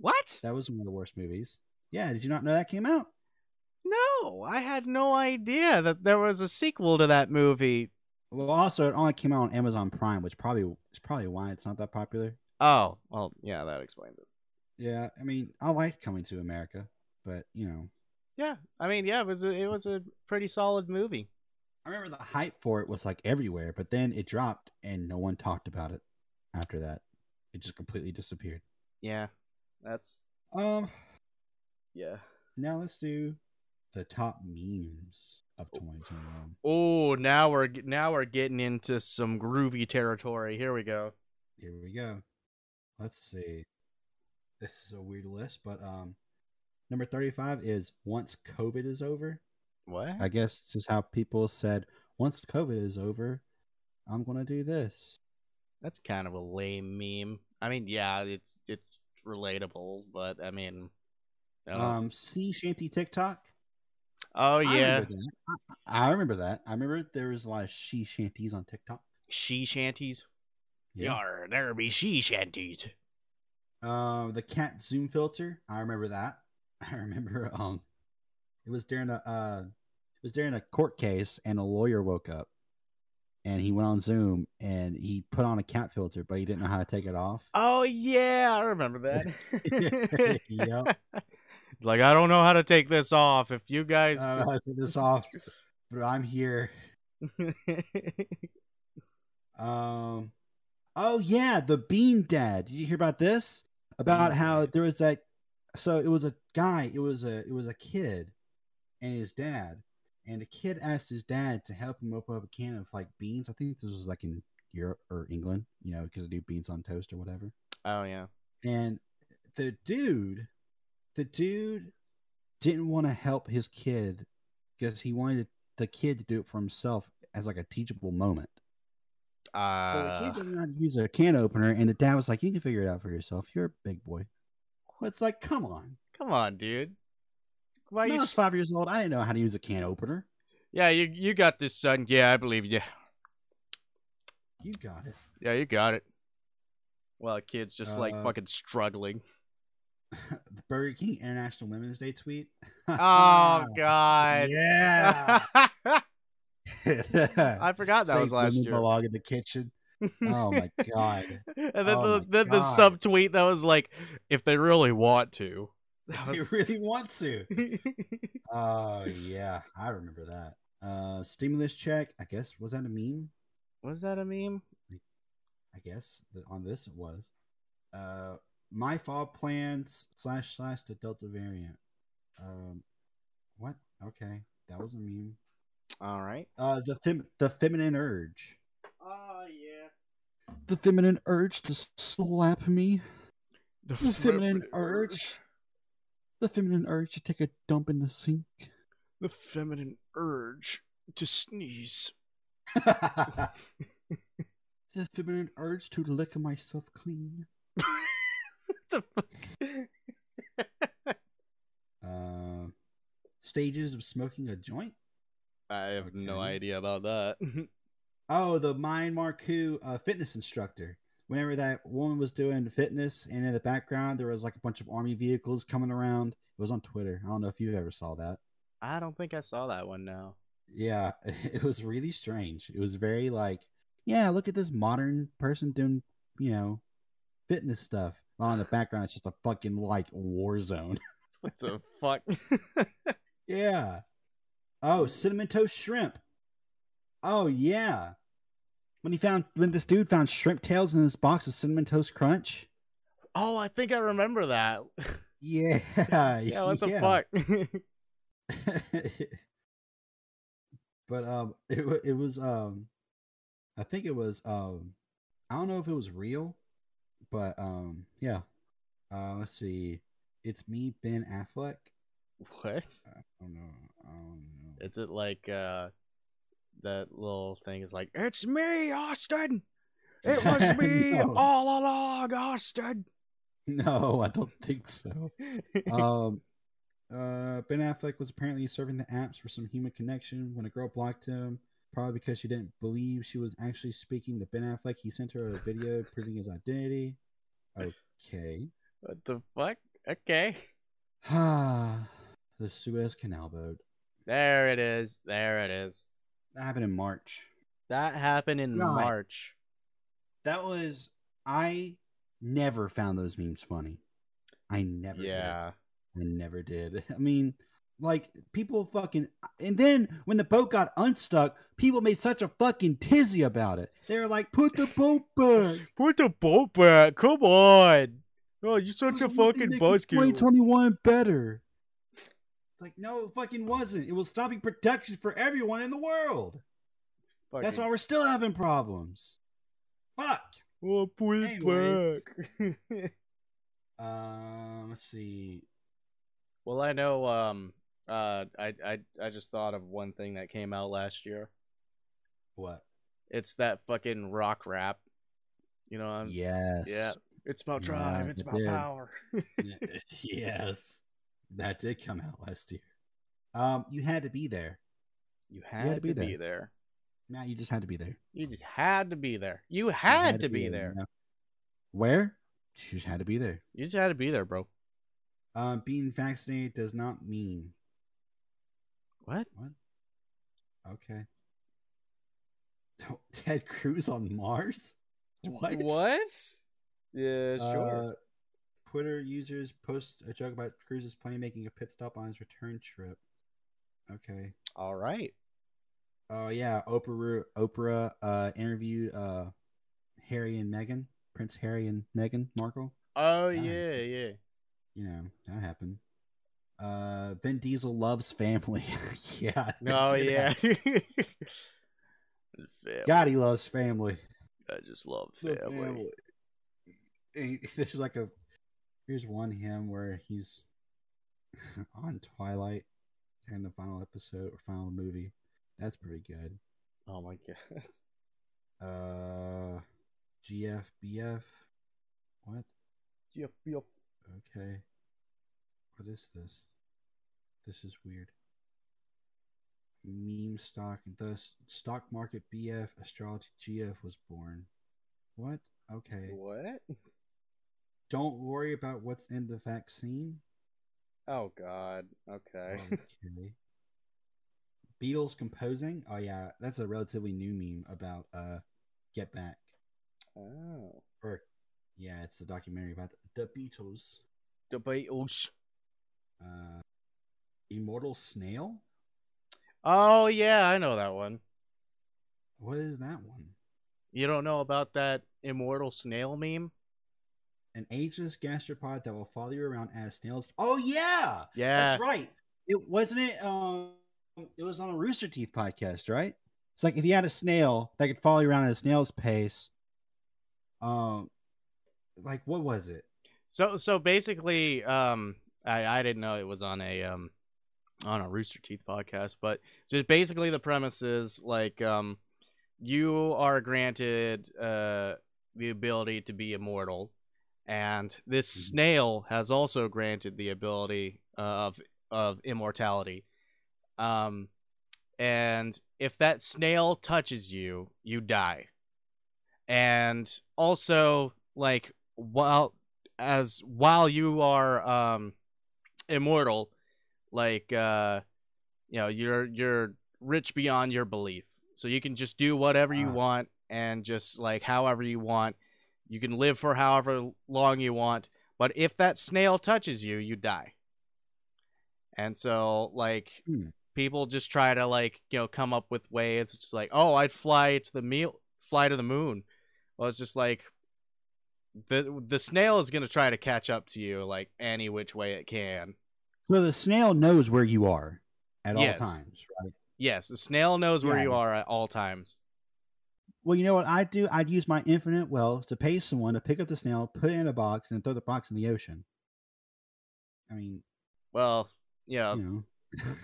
Speaker 1: what?
Speaker 3: that was one of the worst movies. Yeah, did you not know that came out?
Speaker 1: No, I had no idea that there was a sequel to that movie.
Speaker 3: Well, also it only came out on Amazon Prime, which probably is probably why it's not that popular.
Speaker 1: Oh, well, yeah, that explains it.
Speaker 3: Yeah, I mean, I liked Coming to America, but you know,
Speaker 1: Yeah, I mean, yeah, it was a, it was a pretty solid movie.
Speaker 3: I remember the hype for it was like everywhere, but then it dropped and no one talked about it after that. It just completely disappeared.
Speaker 1: Yeah, that's
Speaker 3: Um,
Speaker 1: yeah.
Speaker 3: now let's do the top memes of 2021.
Speaker 1: Oh, now we're g- now we're getting into some groovy territory. Here we go.
Speaker 3: Here we go. Let's see. This is a weird list, but um, number 35 is once COVID is over.
Speaker 1: What?
Speaker 3: I guess just how people said once COVID is over, I'm gonna do this.
Speaker 1: That's kind of a lame meme. I mean, yeah, it's it's relatable, but I mean, I don't know.
Speaker 3: Um, sea shanty TikTok.
Speaker 1: oh
Speaker 3: I
Speaker 1: yeah,
Speaker 3: remember that. I, I remember that. I remember there was a lot of she shanties on TikTok.
Speaker 1: she shanties. Yar, there be she shanties.
Speaker 3: Uh, the cat zoom filter. I remember that. [laughs] I remember um, it was during a uh, it was during a court case, and a lawyer woke up, and he went on Zoom and he put on a cat filter, but he didn't know how to take it off. [laughs]
Speaker 1: Oh yeah, I remember [laughs] that.
Speaker 3: Yep.
Speaker 1: Like I don't know how to take this off. If you guys,
Speaker 3: I don't know how to take this off, but I'm here. Um, oh yeah, the Bean Dad. Did you hear about this? About
Speaker 1: Bean
Speaker 3: how
Speaker 1: Dad.
Speaker 3: there was that. So it was a guy. It was a it was a kid, and his dad. And the kid asked his dad to help him open up a can of like beans. I think this was like in Europe or England, you know, because they do beans on toast or whatever.
Speaker 1: [laughs] oh yeah,
Speaker 3: And the dude, the dude didn't want to help his kid because he wanted the kid to do it for himself as like a teachable moment. So the
Speaker 1: uh, [laughs]
Speaker 3: kid doesn't know how to use a can opener, and the dad was like, "You can figure it out for yourself. You're a big boy." Well, it's like, come on.
Speaker 1: come on, dude. Why
Speaker 3: When
Speaker 1: you
Speaker 3: I was five years old, I didn't know how to use a can opener.
Speaker 1: Yeah, you you got this, son. Yeah, I believe you.
Speaker 3: You got it. [laughs]
Speaker 1: Yeah, you got it. Well, the kid's just like
Speaker 3: Uh,
Speaker 1: fucking
Speaker 3: [laughs]
Speaker 1: struggling.
Speaker 3: The Burger King International Women's Day tweet. [laughs]
Speaker 1: Oh God.
Speaker 3: yeah.
Speaker 1: [laughs] I forgot that was last year.
Speaker 3: Belong in the kitchen. Oh my god.
Speaker 1: [laughs] And then
Speaker 3: Oh,
Speaker 1: the
Speaker 3: my
Speaker 1: then the
Speaker 3: God.
Speaker 1: subtweet that was like, if they really want
Speaker 3: [laughs]
Speaker 1: to. That
Speaker 3: You
Speaker 1: was- [laughs]
Speaker 3: really want to? Oh yeah, I remember that. Uh, stimulus check. I guess was that a meme?
Speaker 1: was that a meme?
Speaker 3: I guess the, on this it was. Uh, my fall plans slash slash the Delta variant. Um, what? Okay, that was a meme.
Speaker 1: All right.
Speaker 3: Uh, the fem- the feminine urge.
Speaker 1: Oh yeah.
Speaker 3: The feminine urge to slap me.
Speaker 1: The
Speaker 3: The feminine
Speaker 1: femi-
Speaker 3: urge. The feminine urge to take a dump in the [laughs] sink.
Speaker 2: The feminine urge to sneeze.
Speaker 3: the feminine urge to lick myself clean.
Speaker 1: [laughs] The fuck?
Speaker 3: Uh, stages of smoking a joint.
Speaker 1: I have no
Speaker 3: Okay.
Speaker 1: idea about that.
Speaker 3: Oh, the Mind Marku uh, fitness instructor. Whenever that woman was doing fitness, and in the background there was like a bunch of army vehicles coming around. It was on Twitter. I don't know if you ever saw that.
Speaker 1: [laughs] I don't think I saw that one now.
Speaker 3: Yeah, [laughs] it was really strange. It was very like, yeah, look at this modern person doing, you know, fitness stuff. While in the background, it's just a fucking like war zone.
Speaker 1: What [laughs] the fuck?
Speaker 3: yeah. Oh, cinnamon toast shrimp. Oh yeah. When he found when this dude found shrimp tails in his box of cinnamon toast crunch.
Speaker 1: oh, I think I remember [laughs] that.
Speaker 3: [laughs] Yeah.
Speaker 1: yeah, what the fuck? [laughs]
Speaker 3: fuck? [laughs] but um it wa- it was um I think it was um I don't know if it was real, but um yeah. Uh let's see. It's me, Ben Affleck.
Speaker 1: what?
Speaker 3: I don't know. I don't know.
Speaker 1: Is it like uh that little thing is like
Speaker 2: It's me, Austin.
Speaker 1: [laughs]
Speaker 2: It was me
Speaker 3: No.
Speaker 2: all along, Austin.
Speaker 3: [laughs] No, I don't think so. um, uh, Ben Affleck was apparently serving the apps for some human connection when a girl blocked him, probably because she didn't believe she was actually speaking to Ben Affleck. He sent her a video proving his identity. Okay. [sighs]
Speaker 1: what the fuck? Okay.
Speaker 3: the Suez Canal boat.
Speaker 1: There it is. There it is.
Speaker 3: That happened in March.
Speaker 1: That happened in
Speaker 3: Right.
Speaker 1: March.
Speaker 3: That was. I never found those memes funny. I never. did.
Speaker 1: Yeah.
Speaker 3: I never did. I mean, like people fucking. And then when the boat got unstuck, people made such a fucking tizzy about it. They were like, "Put the
Speaker 1: [laughs]
Speaker 3: boat back."
Speaker 1: Put the boat back. Come on. Oh, you're such a
Speaker 3: Why don't they
Speaker 1: fucking
Speaker 3: make it
Speaker 1: buzzkill.
Speaker 3: 2021 better. like, no, it fucking wasn't. It was stopping protection for everyone in the world.
Speaker 1: It's fucking,
Speaker 3: That's why we're still having problems. Fuck.
Speaker 1: Oh,
Speaker 2: Well, put it
Speaker 3: Anyways.
Speaker 2: back.
Speaker 1: [laughs]
Speaker 3: Um, let's see.
Speaker 1: Well, I know. Um, uh, I, I, I just thought of one thing that came out last year.
Speaker 3: What?
Speaker 1: It's that fucking rock rap. You know, I'm,
Speaker 3: yes.
Speaker 1: Um, yeah.
Speaker 2: it's about
Speaker 3: Yeah,
Speaker 2: drive. It's
Speaker 3: it
Speaker 2: about
Speaker 1: [laughs]
Speaker 3: did.
Speaker 2: power.
Speaker 3: [laughs] yes. That did come out last year. Um, you had to be there.
Speaker 1: you had, to be, there.
Speaker 3: Matt, you just had to be there.
Speaker 1: You just had to be there. You
Speaker 3: You
Speaker 1: had, to be, there.
Speaker 3: you know? Where? You just had to be there.
Speaker 1: You just had to be there, bro.
Speaker 3: Um, being vaccinated does not mean
Speaker 1: What?
Speaker 3: okay. [laughs] Ted Cruz on Mars? What?
Speaker 1: Yeah, sure.
Speaker 3: Uh, Twitter users post a joke about Cruz's plane making a pit stop on his return trip. Okay.
Speaker 1: All right.
Speaker 3: Oh yeah, Oprah Oprah uh, interviewed uh, Harry and Meghan, Prince Harry and Meghan Markle.
Speaker 1: Oh
Speaker 3: Yeah.
Speaker 1: yeah, yeah.
Speaker 3: You know that happened. Uh, Vin Diesel loves family. [laughs] yeah. that
Speaker 1: Oh
Speaker 3: did
Speaker 1: yeah.
Speaker 3: happen.
Speaker 1: [laughs] Family.
Speaker 3: God, he loves family.
Speaker 1: I just love
Speaker 3: The
Speaker 1: family.
Speaker 3: family. And [laughs] There's like a here's one him where he's [laughs] on Twilight during the final episode or final movie. That's pretty good.
Speaker 1: Oh my god.
Speaker 3: Uh, GFBF. What?
Speaker 2: You feel
Speaker 3: Okay. What is this? This is weird. Meme stock. The s- stock market BF astrology GF was born. What? Okay.
Speaker 1: What?
Speaker 3: Don't worry about what's in the vaccine.
Speaker 1: Oh god. Okay.
Speaker 3: Okay. Beatles composing. Oh yeah, that's a relatively new meme about uh, Get Back.
Speaker 1: Oh.
Speaker 3: Or yeah, it's a documentary about the Beatles.
Speaker 1: The Beatles.
Speaker 3: Uh, Immortal Snail.
Speaker 1: Oh yeah, I know that one.
Speaker 3: What is that one?
Speaker 1: You don't know about that immortal snail meme?
Speaker 3: An ageless gastropod that will follow you around as snails. Oh yeah,
Speaker 1: Yeah.
Speaker 3: that's right. It wasn't it. Um, it was on a Rooster Teeth podcast, right? It's like if you had a snail that could follow you around at a snail's pace. Um, like what was it?
Speaker 1: So so basically, um, I I didn't know it was on a um, on a Rooster Teeth podcast, but just basically the premise is like um, you are granted uh the ability to be immortal, and this
Speaker 3: Mhm.
Speaker 1: snail has also granted the ability uh, of of immortality, um, and if that snail touches you, you die, and also like while as while you are um immortal like uh you know you're you're rich beyond your belief so you can just do whatever you
Speaker 3: Ah.
Speaker 1: want and just like however you want you can live for however long you want but if that snail touches you you die and so like
Speaker 3: Hmm.
Speaker 1: people just try to like you know come up with ways it's just like oh i'd fly to the meal fly to the moon well it's just like the the snail is gonna try to catch up to you like any which way it can.
Speaker 3: So the snail knows where you are at
Speaker 1: Yes.
Speaker 3: all times, right?
Speaker 1: Yes, the snail knows where
Speaker 3: Yeah.
Speaker 1: you are at all times.
Speaker 3: Well, you know what I'd do? I'd use my infinite wealth to pay someone to pick up the snail, put it in a box, and throw the box in the ocean. I mean,
Speaker 1: Well, you know,
Speaker 3: you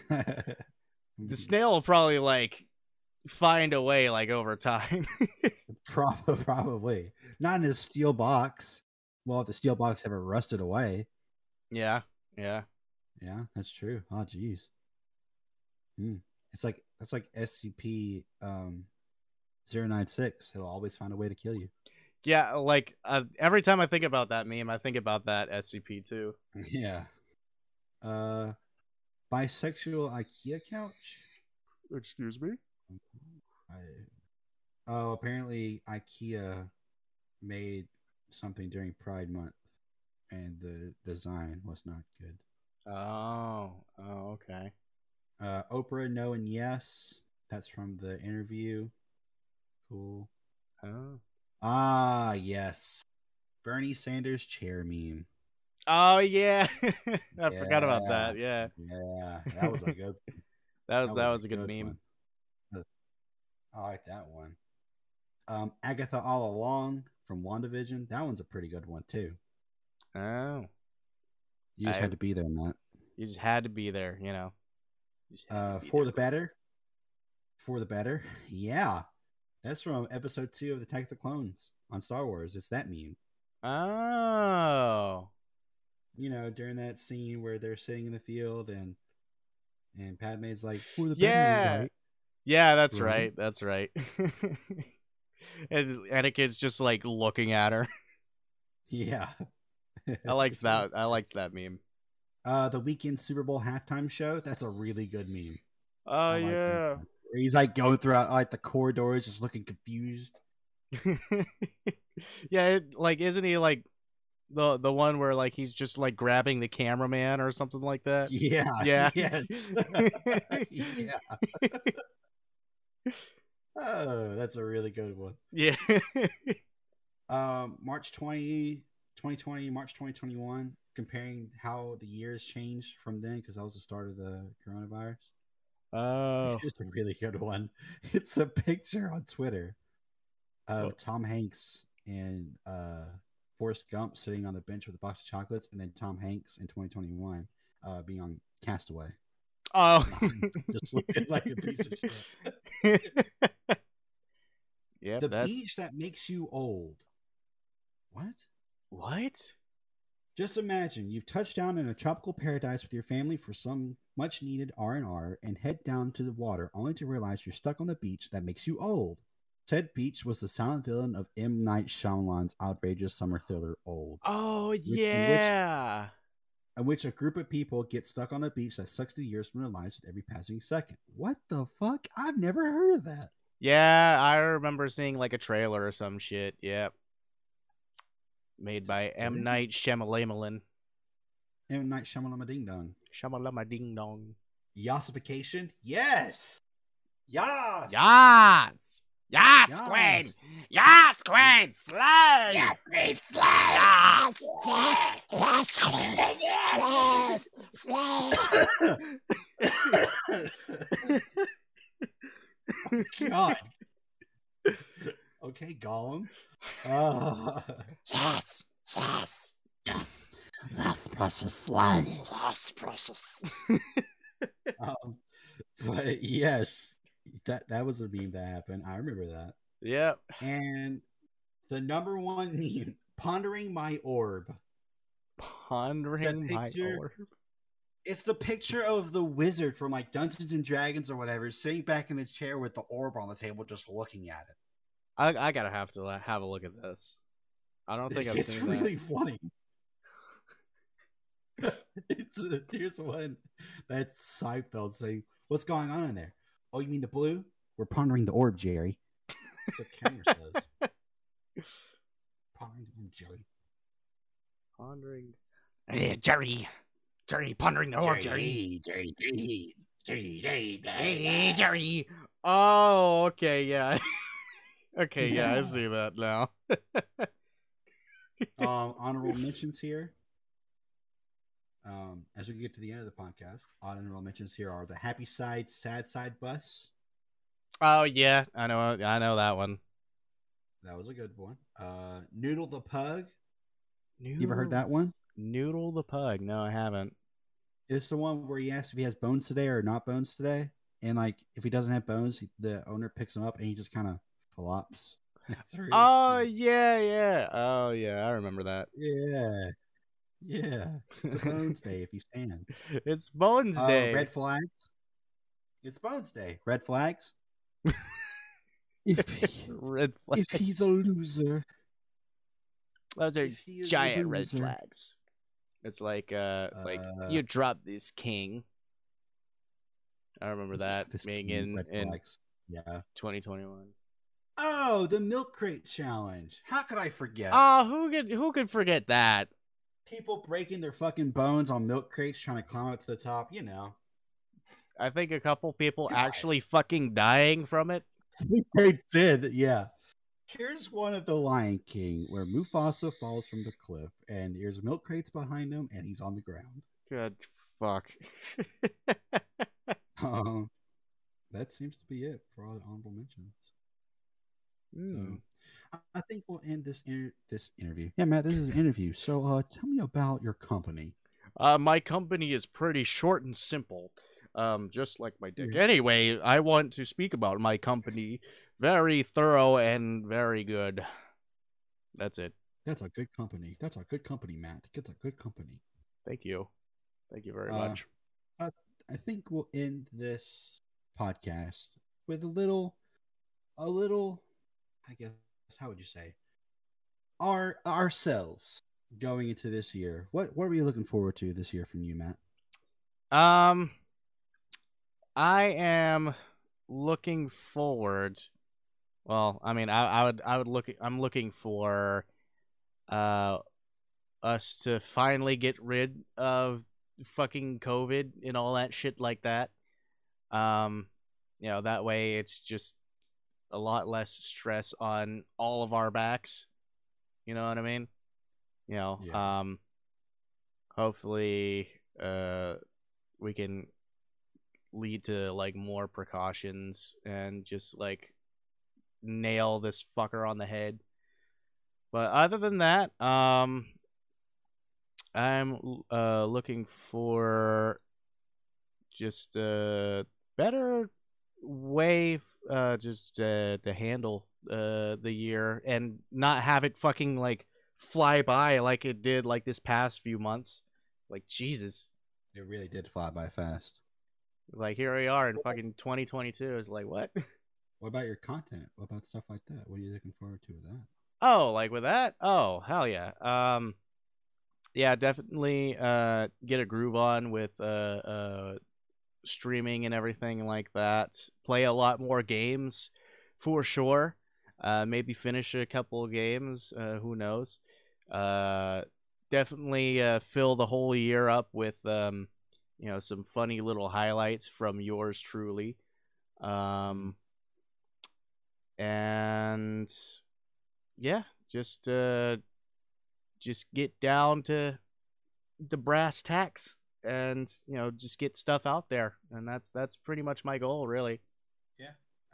Speaker 3: know. [laughs]
Speaker 1: the snail will probably like find a way like over time. [laughs]
Speaker 3: [laughs] Prob- probably. Not in a steel box. Well, if the steel box ever rusted away.
Speaker 1: yeah, yeah.
Speaker 3: Yeah, that's true. Oh, jeez. Hmm. It's like that's like SCP um, 096. It'll always find a way to kill you. [laughs]
Speaker 1: Yeah, like uh, every time I think about that meme, I think about that SCP too.
Speaker 3: Yeah. Uh, bisexual IKEA couch.
Speaker 2: Excuse me.
Speaker 3: I, oh, apparently IKEA made something during Pride Month, and the design was not good.
Speaker 1: Oh, oh, okay.
Speaker 3: Uh, Oprah, no, and yes. That's from the interview. Cool.
Speaker 1: Oh.
Speaker 3: Ah, yes. Bernie Sanders chair meme.
Speaker 1: Oh yeah, [laughs] I forgot about
Speaker 3: Yeah.
Speaker 1: that. Yeah,
Speaker 3: Yeah, that was
Speaker 1: [laughs]
Speaker 3: a good.
Speaker 1: that was that was a good, meme.
Speaker 3: one. That- I like that one. Um, Agatha All Along from WandaVision. That one's a pretty good one too.
Speaker 1: Oh,
Speaker 3: You just
Speaker 1: I-
Speaker 3: had to be there in that.
Speaker 1: you just had to be there, you know. You just had to
Speaker 3: Uh,
Speaker 1: be
Speaker 3: for
Speaker 1: there.
Speaker 3: the better. For the better. [laughs] Yeah. That's from episode two of Attack of the Clones on Star Wars. It's that meme.
Speaker 1: Oh,
Speaker 3: You know, during that scene where they're sitting in the field and and Padme's like, for the
Speaker 1: Yeah.
Speaker 3: better, right?
Speaker 1: yeah, that's
Speaker 3: Right.
Speaker 1: right. That's right. [laughs] and Anakin's just like looking at
Speaker 3: [laughs]
Speaker 1: her.
Speaker 3: [laughs] Yeah.
Speaker 1: I likes that. I likes that meme.
Speaker 3: [laughs] Uh, the weekend Super Bowl halftime show. That's a really good meme.
Speaker 1: Oh
Speaker 3: I like that one. Where he's like going throughout like the corridors, just looking confused.
Speaker 1: yeah. [laughs] yeah, it, like isn't he like the the one where like he's just like grabbing the cameraman or something like that?
Speaker 3: Yeah.
Speaker 1: Uh,
Speaker 3: [laughs]
Speaker 1: Yeah. [laughs]
Speaker 3: yes. [laughs] yeah. Oh, that's a really good one.
Speaker 1: yeah.
Speaker 3: Um, March 20, 2020, March 2021, comparing how the years changed from then because that was the start of the coronavirus.
Speaker 1: Oh.
Speaker 3: It's just a really good one. [laughs] It's a picture on Twitter of
Speaker 2: Oh.
Speaker 3: Tom Hanks and uh, Forrest Gump sitting on the bench with a box of chocolates, and then Tom Hanks in 2021 uh, being on Castaway.
Speaker 1: Oh. [laughs]
Speaker 3: [laughs] just looking like a piece of shit.
Speaker 1: yeah,
Speaker 3: the
Speaker 1: that's
Speaker 3: beach that makes you old. What?
Speaker 1: what?
Speaker 3: Just imagine you've touched down in a tropical paradise with your family for some much needed R&R and head down to the water only to realize you're stuck on the beach that makes you old. Ted Beach was the silent villain of M. Night Shyamalan's outrageous summer thriller Old,
Speaker 1: Oh
Speaker 3: in which-
Speaker 1: yeah.
Speaker 3: in which a group of people get stuck on a beach that sucks the years from their lives with every passing second. What the fuck? I've never heard of that.
Speaker 1: Yeah, I remember seeing like a trailer or some shit. Yep. Made by M
Speaker 3: Good.
Speaker 1: Night Shyamalan.
Speaker 3: M. Night Shyamalan Ding Dong.
Speaker 1: Shyamalama ding dong.
Speaker 3: Yassification? Yes! Yas!
Speaker 1: Yes! Yes,
Speaker 3: Yes.
Speaker 1: Queen! Yes, Queen! Slay!
Speaker 4: Yes, slay! Yes, yes, yes, yes, slay!
Speaker 3: God. [laughs] okay, Gollum. Uh,
Speaker 4: Yes, yes,
Speaker 3: yes.
Speaker 4: yes, precious slay! Yes, precious.
Speaker 3: Um, but yes, that that was a meme that happened. I remember that.
Speaker 1: [laughs] Yep.
Speaker 3: And the number one meme, pondering my orb.
Speaker 1: Pondering
Speaker 3: That
Speaker 1: my
Speaker 3: picture-
Speaker 1: orb.
Speaker 3: It's the picture of the wizard from like Dungeons and Dragons or whatever, sitting back in the chair with the orb on the table, just looking at it.
Speaker 1: I, I gotta have to la- have a look at this. I don't think I've
Speaker 3: it's
Speaker 1: seen
Speaker 3: really funny. [laughs] it's a, here's one that's Seinfeld saying, "What's going on in there? Oh, you mean the blue? We're pondering the orb, Jerry." That's what Kramer says.
Speaker 4: [laughs]
Speaker 3: Pondering the orb, Jerry.
Speaker 1: that. Pondering. Eh,
Speaker 4: Yeah, Jerry, Jerry, pondering the
Speaker 1: orb,
Speaker 4: Jerry, Jerry, Jerry, Jerry, Jerry, Jerry,
Speaker 1: Hey, Jerry! Oh, okay, yeah. [laughs] okay, yeah, I
Speaker 3: Yeah.
Speaker 1: see that now.
Speaker 3: Um, honorable mentions here. Um, as we get to the end of the podcast, honorable mentions here are the happy side, sad side bus.
Speaker 1: Oh, yeah, I know, I know that one.
Speaker 3: That was a good one. Uh, Noodle the pug. You ever heard
Speaker 1: Noodle-
Speaker 3: that one?
Speaker 1: Noodle the pug. No, I haven't.
Speaker 3: It's the one where he asks if he has bones today or not bones today, and like if he doesn't have bones, he- the owner picks him up and he just kind of flops. [laughs] It's really
Speaker 1: Oh
Speaker 3: cute.
Speaker 1: yeah, yeah. Oh yeah, I remember that.
Speaker 3: yeah, yeah. It's a
Speaker 1: [laughs]
Speaker 3: bones day if he stands.
Speaker 1: it's Bones
Speaker 3: Uh,
Speaker 1: Day.
Speaker 3: red flags. It's bones day.
Speaker 1: [laughs]
Speaker 3: Red flags. if he-
Speaker 1: Red flag.
Speaker 3: if he's a loser,
Speaker 1: Those are
Speaker 3: if he is a
Speaker 1: giant red
Speaker 3: loser.
Speaker 1: flags. It's like uh, like
Speaker 3: Uh,
Speaker 1: you drop this king. I remember that
Speaker 3: This
Speaker 1: being
Speaker 3: cute
Speaker 1: in
Speaker 3: red
Speaker 1: in
Speaker 3: flags. Yeah.
Speaker 1: 2021.
Speaker 3: Oh, the milk crate challenge. How could I forget?
Speaker 1: Oh, who could who could forget that?
Speaker 3: people breaking their fucking bones on milk crates trying to climb up to the top, you know.
Speaker 1: I think a couple people
Speaker 3: God.
Speaker 1: actually fucking dying from it.
Speaker 3: They did, yeah. Here's one of the Lion King where Mufasa falls from the cliff and there's milk crates behind him and he's on the ground. [laughs]
Speaker 1: Good fuck. [laughs]
Speaker 3: Hmm. Um, that seems to be it for all the honorable mentions.
Speaker 1: Hmm.
Speaker 3: So, I- I think we'll end this inter- this interview. Yeah, Matt, this is an interview. So uh, tell me about your company.
Speaker 1: Uh, my company is pretty short and simple, um, just like my dick. Anyway, I want to speak about my company. Very thorough and very good. That's it.
Speaker 3: That's a good company. That's a good company, Matt. That's a good company.
Speaker 1: Thank you. Thank you very
Speaker 3: Uh,
Speaker 1: much.
Speaker 3: I think we'll end this podcast with a little, a little, I guess, how would you say, our ourselves going into this year. What what are we looking forward to this year from you, Matt?
Speaker 1: Um, I am looking forward. Well, I mean, I, I would, I would look. I'm looking for, uh, us to finally get rid of fucking COVID and all that shit like that. Um, you know, that way it's just a lot less stress on all of our backs. You know what I mean? You know,
Speaker 3: Yeah.
Speaker 1: um, hopefully, uh, we can lead to like more precautions and just like nail this fucker on the head. But other than that, um I'm uh looking for just a better way uh just uh, to handle uh the year and not have it fucking like fly by like it did like this past few months. Like Jesus
Speaker 3: It really did fly by fast.
Speaker 1: like here we are in fucking 2022 it's like what
Speaker 3: What about your content? What about stuff like that? What are you looking forward to with that?
Speaker 1: oh like with that oh hell yeah um yeah definitely uh get a groove on with uh uh streaming and everything like that play a lot more games for sure uh maybe finish a couple of games uh who knows uh definitely uh fill the whole year up with um you know some funny little highlights from yours truly um and yeah just uh just get down to the brass tacks and you know just get stuff out there and that's that's pretty much my goal really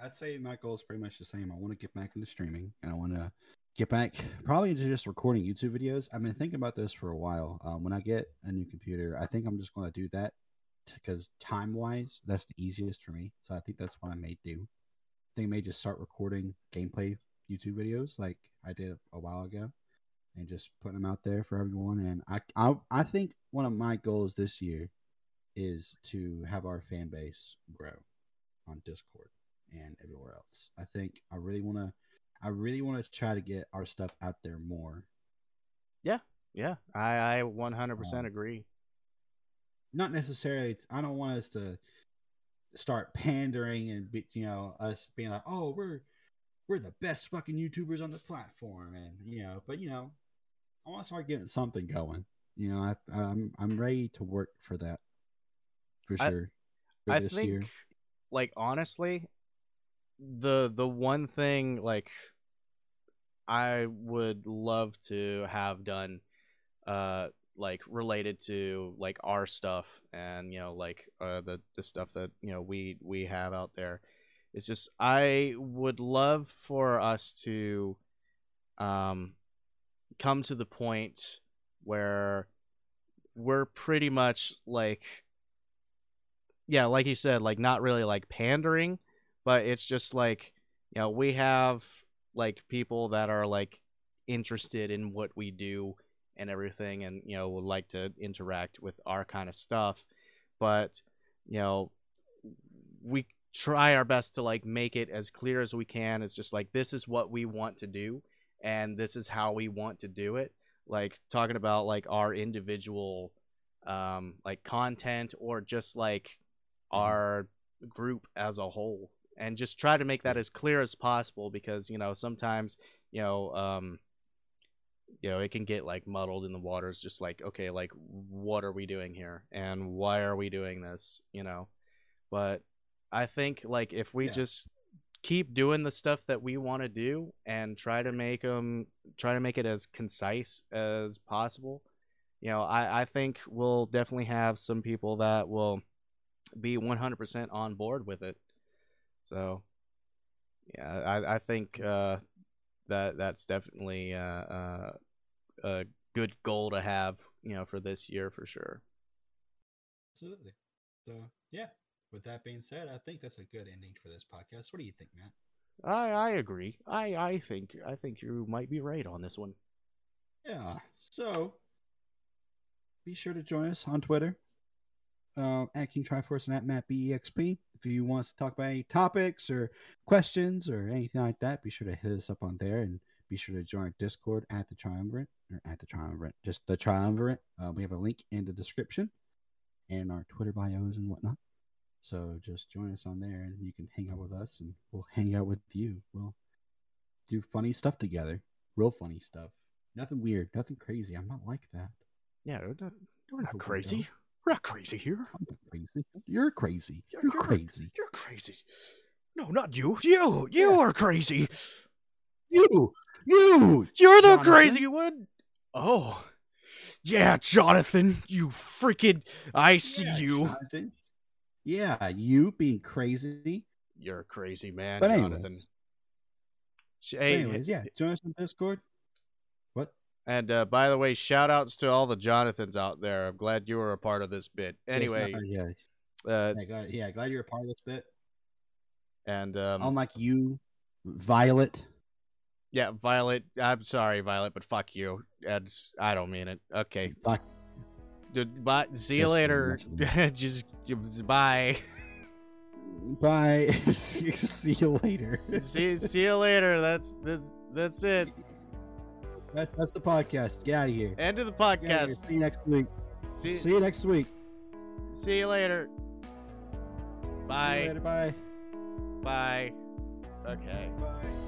Speaker 3: I'd say my goal is pretty much the same. I want to get back into streaming and I want to get back probably into just recording YouTube videos. I've been thinking about this for a while. Um, when I get a new computer, I think I'm just going to do that because time wise, that's the easiest for me. So I think that's what I may do. I think I may just start recording gameplay YouTube videos like I did a while ago and just putting them out there for everyone. And I, I, I think one of my goals this year is to have our fan base grow on Discord and everywhere else. I think I really want to, I really want to try to get our stuff out there more.
Speaker 1: yeah i i 100%
Speaker 3: Um,
Speaker 1: agree
Speaker 3: Not necessarily. I don't want us to start pandering and be, you know us being like, oh, we're we're the best fucking YouTubers on the platform, and you know, but you know, I want to start getting something going. You know, I, I'm I'm ready to work for that for
Speaker 1: I-
Speaker 3: sure. for
Speaker 1: i think like honestly the the one thing like i would love to have done uh like related to like our stuff and you know like uh the the stuff that you know we we have out there it's just i would love for us to um come to the point where we're pretty much like yeah, like you said, like not really like pandering, but it's just like you know we have like people that are like interested in what we do and everything, and you know would like to interact with our kind of stuff, but you know we try our best to like make it as clear as we can. It's just like this is what we want to do, and this is how we want to do it. Like talking about like our individual um like content or just like our group as a whole and just try to make that as clear as possible because you know sometimes you know um you know it can get like muddled in the waters just like okay like what are we doing here and why are we doing this you know but i think like if we
Speaker 3: Yeah.
Speaker 1: just keep doing the stuff that we want to do and try to make them try to make it as concise as possible you know i i think we'll definitely have some people that will be 100% on board with it so yeah i i think uh that that's definitely uh, uh a good goal to have you know for this year for sure
Speaker 5: Absolutely. So yeah. With that being said, I think that's a good ending for this podcast. What do you think, Matt?
Speaker 1: i i agree i i think i think you might be right on this one
Speaker 5: Yeah.
Speaker 3: So be sure to join us on Twitter uh, at King Triforce and at Matt BEXP. If you want us to talk about any topics or questions or anything like that, be sure to hit us up on there and be sure to join our Discord at the Triumvirate or at the Triumvirate, just the Triumvirate. Uh, we have a link in the description and our Twitter bios and whatnot. So just join us on there and you can hang out with us and we'll hang out with you. We'll do funny stuff together, real funny stuff. Nothing weird, nothing crazy. I'm not like that.
Speaker 1: yeah we're not, we're
Speaker 3: Hope
Speaker 1: not
Speaker 3: we
Speaker 1: crazy we're not crazy here
Speaker 3: I'm not crazy. You're crazy.
Speaker 2: You're-
Speaker 3: You're,
Speaker 2: you're-
Speaker 3: crazy.
Speaker 2: You're crazy. No, not you. You. You are crazy.
Speaker 3: You, you.
Speaker 1: You're the
Speaker 3: Jonathan?
Speaker 1: crazy one. Oh, yeah, Jonathan, you freaking! I see [laughs] you.
Speaker 3: Jonathan. Yeah, you being crazy.
Speaker 1: You're a crazy man,
Speaker 3: But
Speaker 1: Jonathan.
Speaker 3: anyways,
Speaker 1: Sh- Hey,
Speaker 3: anyways, yeah. Join us on Discord.
Speaker 1: and uh, by the way, shout outs to all the Jonathans out there. I'm glad you were a part of this bit.
Speaker 3: Yeah,
Speaker 1: Anyway,
Speaker 3: yeah,
Speaker 1: uh,
Speaker 3: yeah, glad, yeah. Glad you're a part of this bit.
Speaker 1: and um,
Speaker 3: Unlike you, Violet.
Speaker 1: yeah, Violet. I'm sorry, Violet, but fuck you. And s- I don't mean it. Okay,
Speaker 3: Fuck.
Speaker 1: Dude, bye. See you
Speaker 3: Yes,
Speaker 1: later. [laughs]
Speaker 3: very
Speaker 1: Just bye. [laughs]
Speaker 3: Bye. [laughs] See you
Speaker 1: [laughs]
Speaker 3: later.
Speaker 1: see, see you later. That's that's that's it.
Speaker 3: That, that's the podcast. Get out of here.
Speaker 1: End of the
Speaker 3: Get outta here.
Speaker 1: podcast.
Speaker 3: See you next week.
Speaker 1: See,
Speaker 3: See you next week.
Speaker 1: see you later.
Speaker 3: See you
Speaker 1: Bye.
Speaker 3: later. Bye.
Speaker 1: Bye. Okay.
Speaker 3: Bye.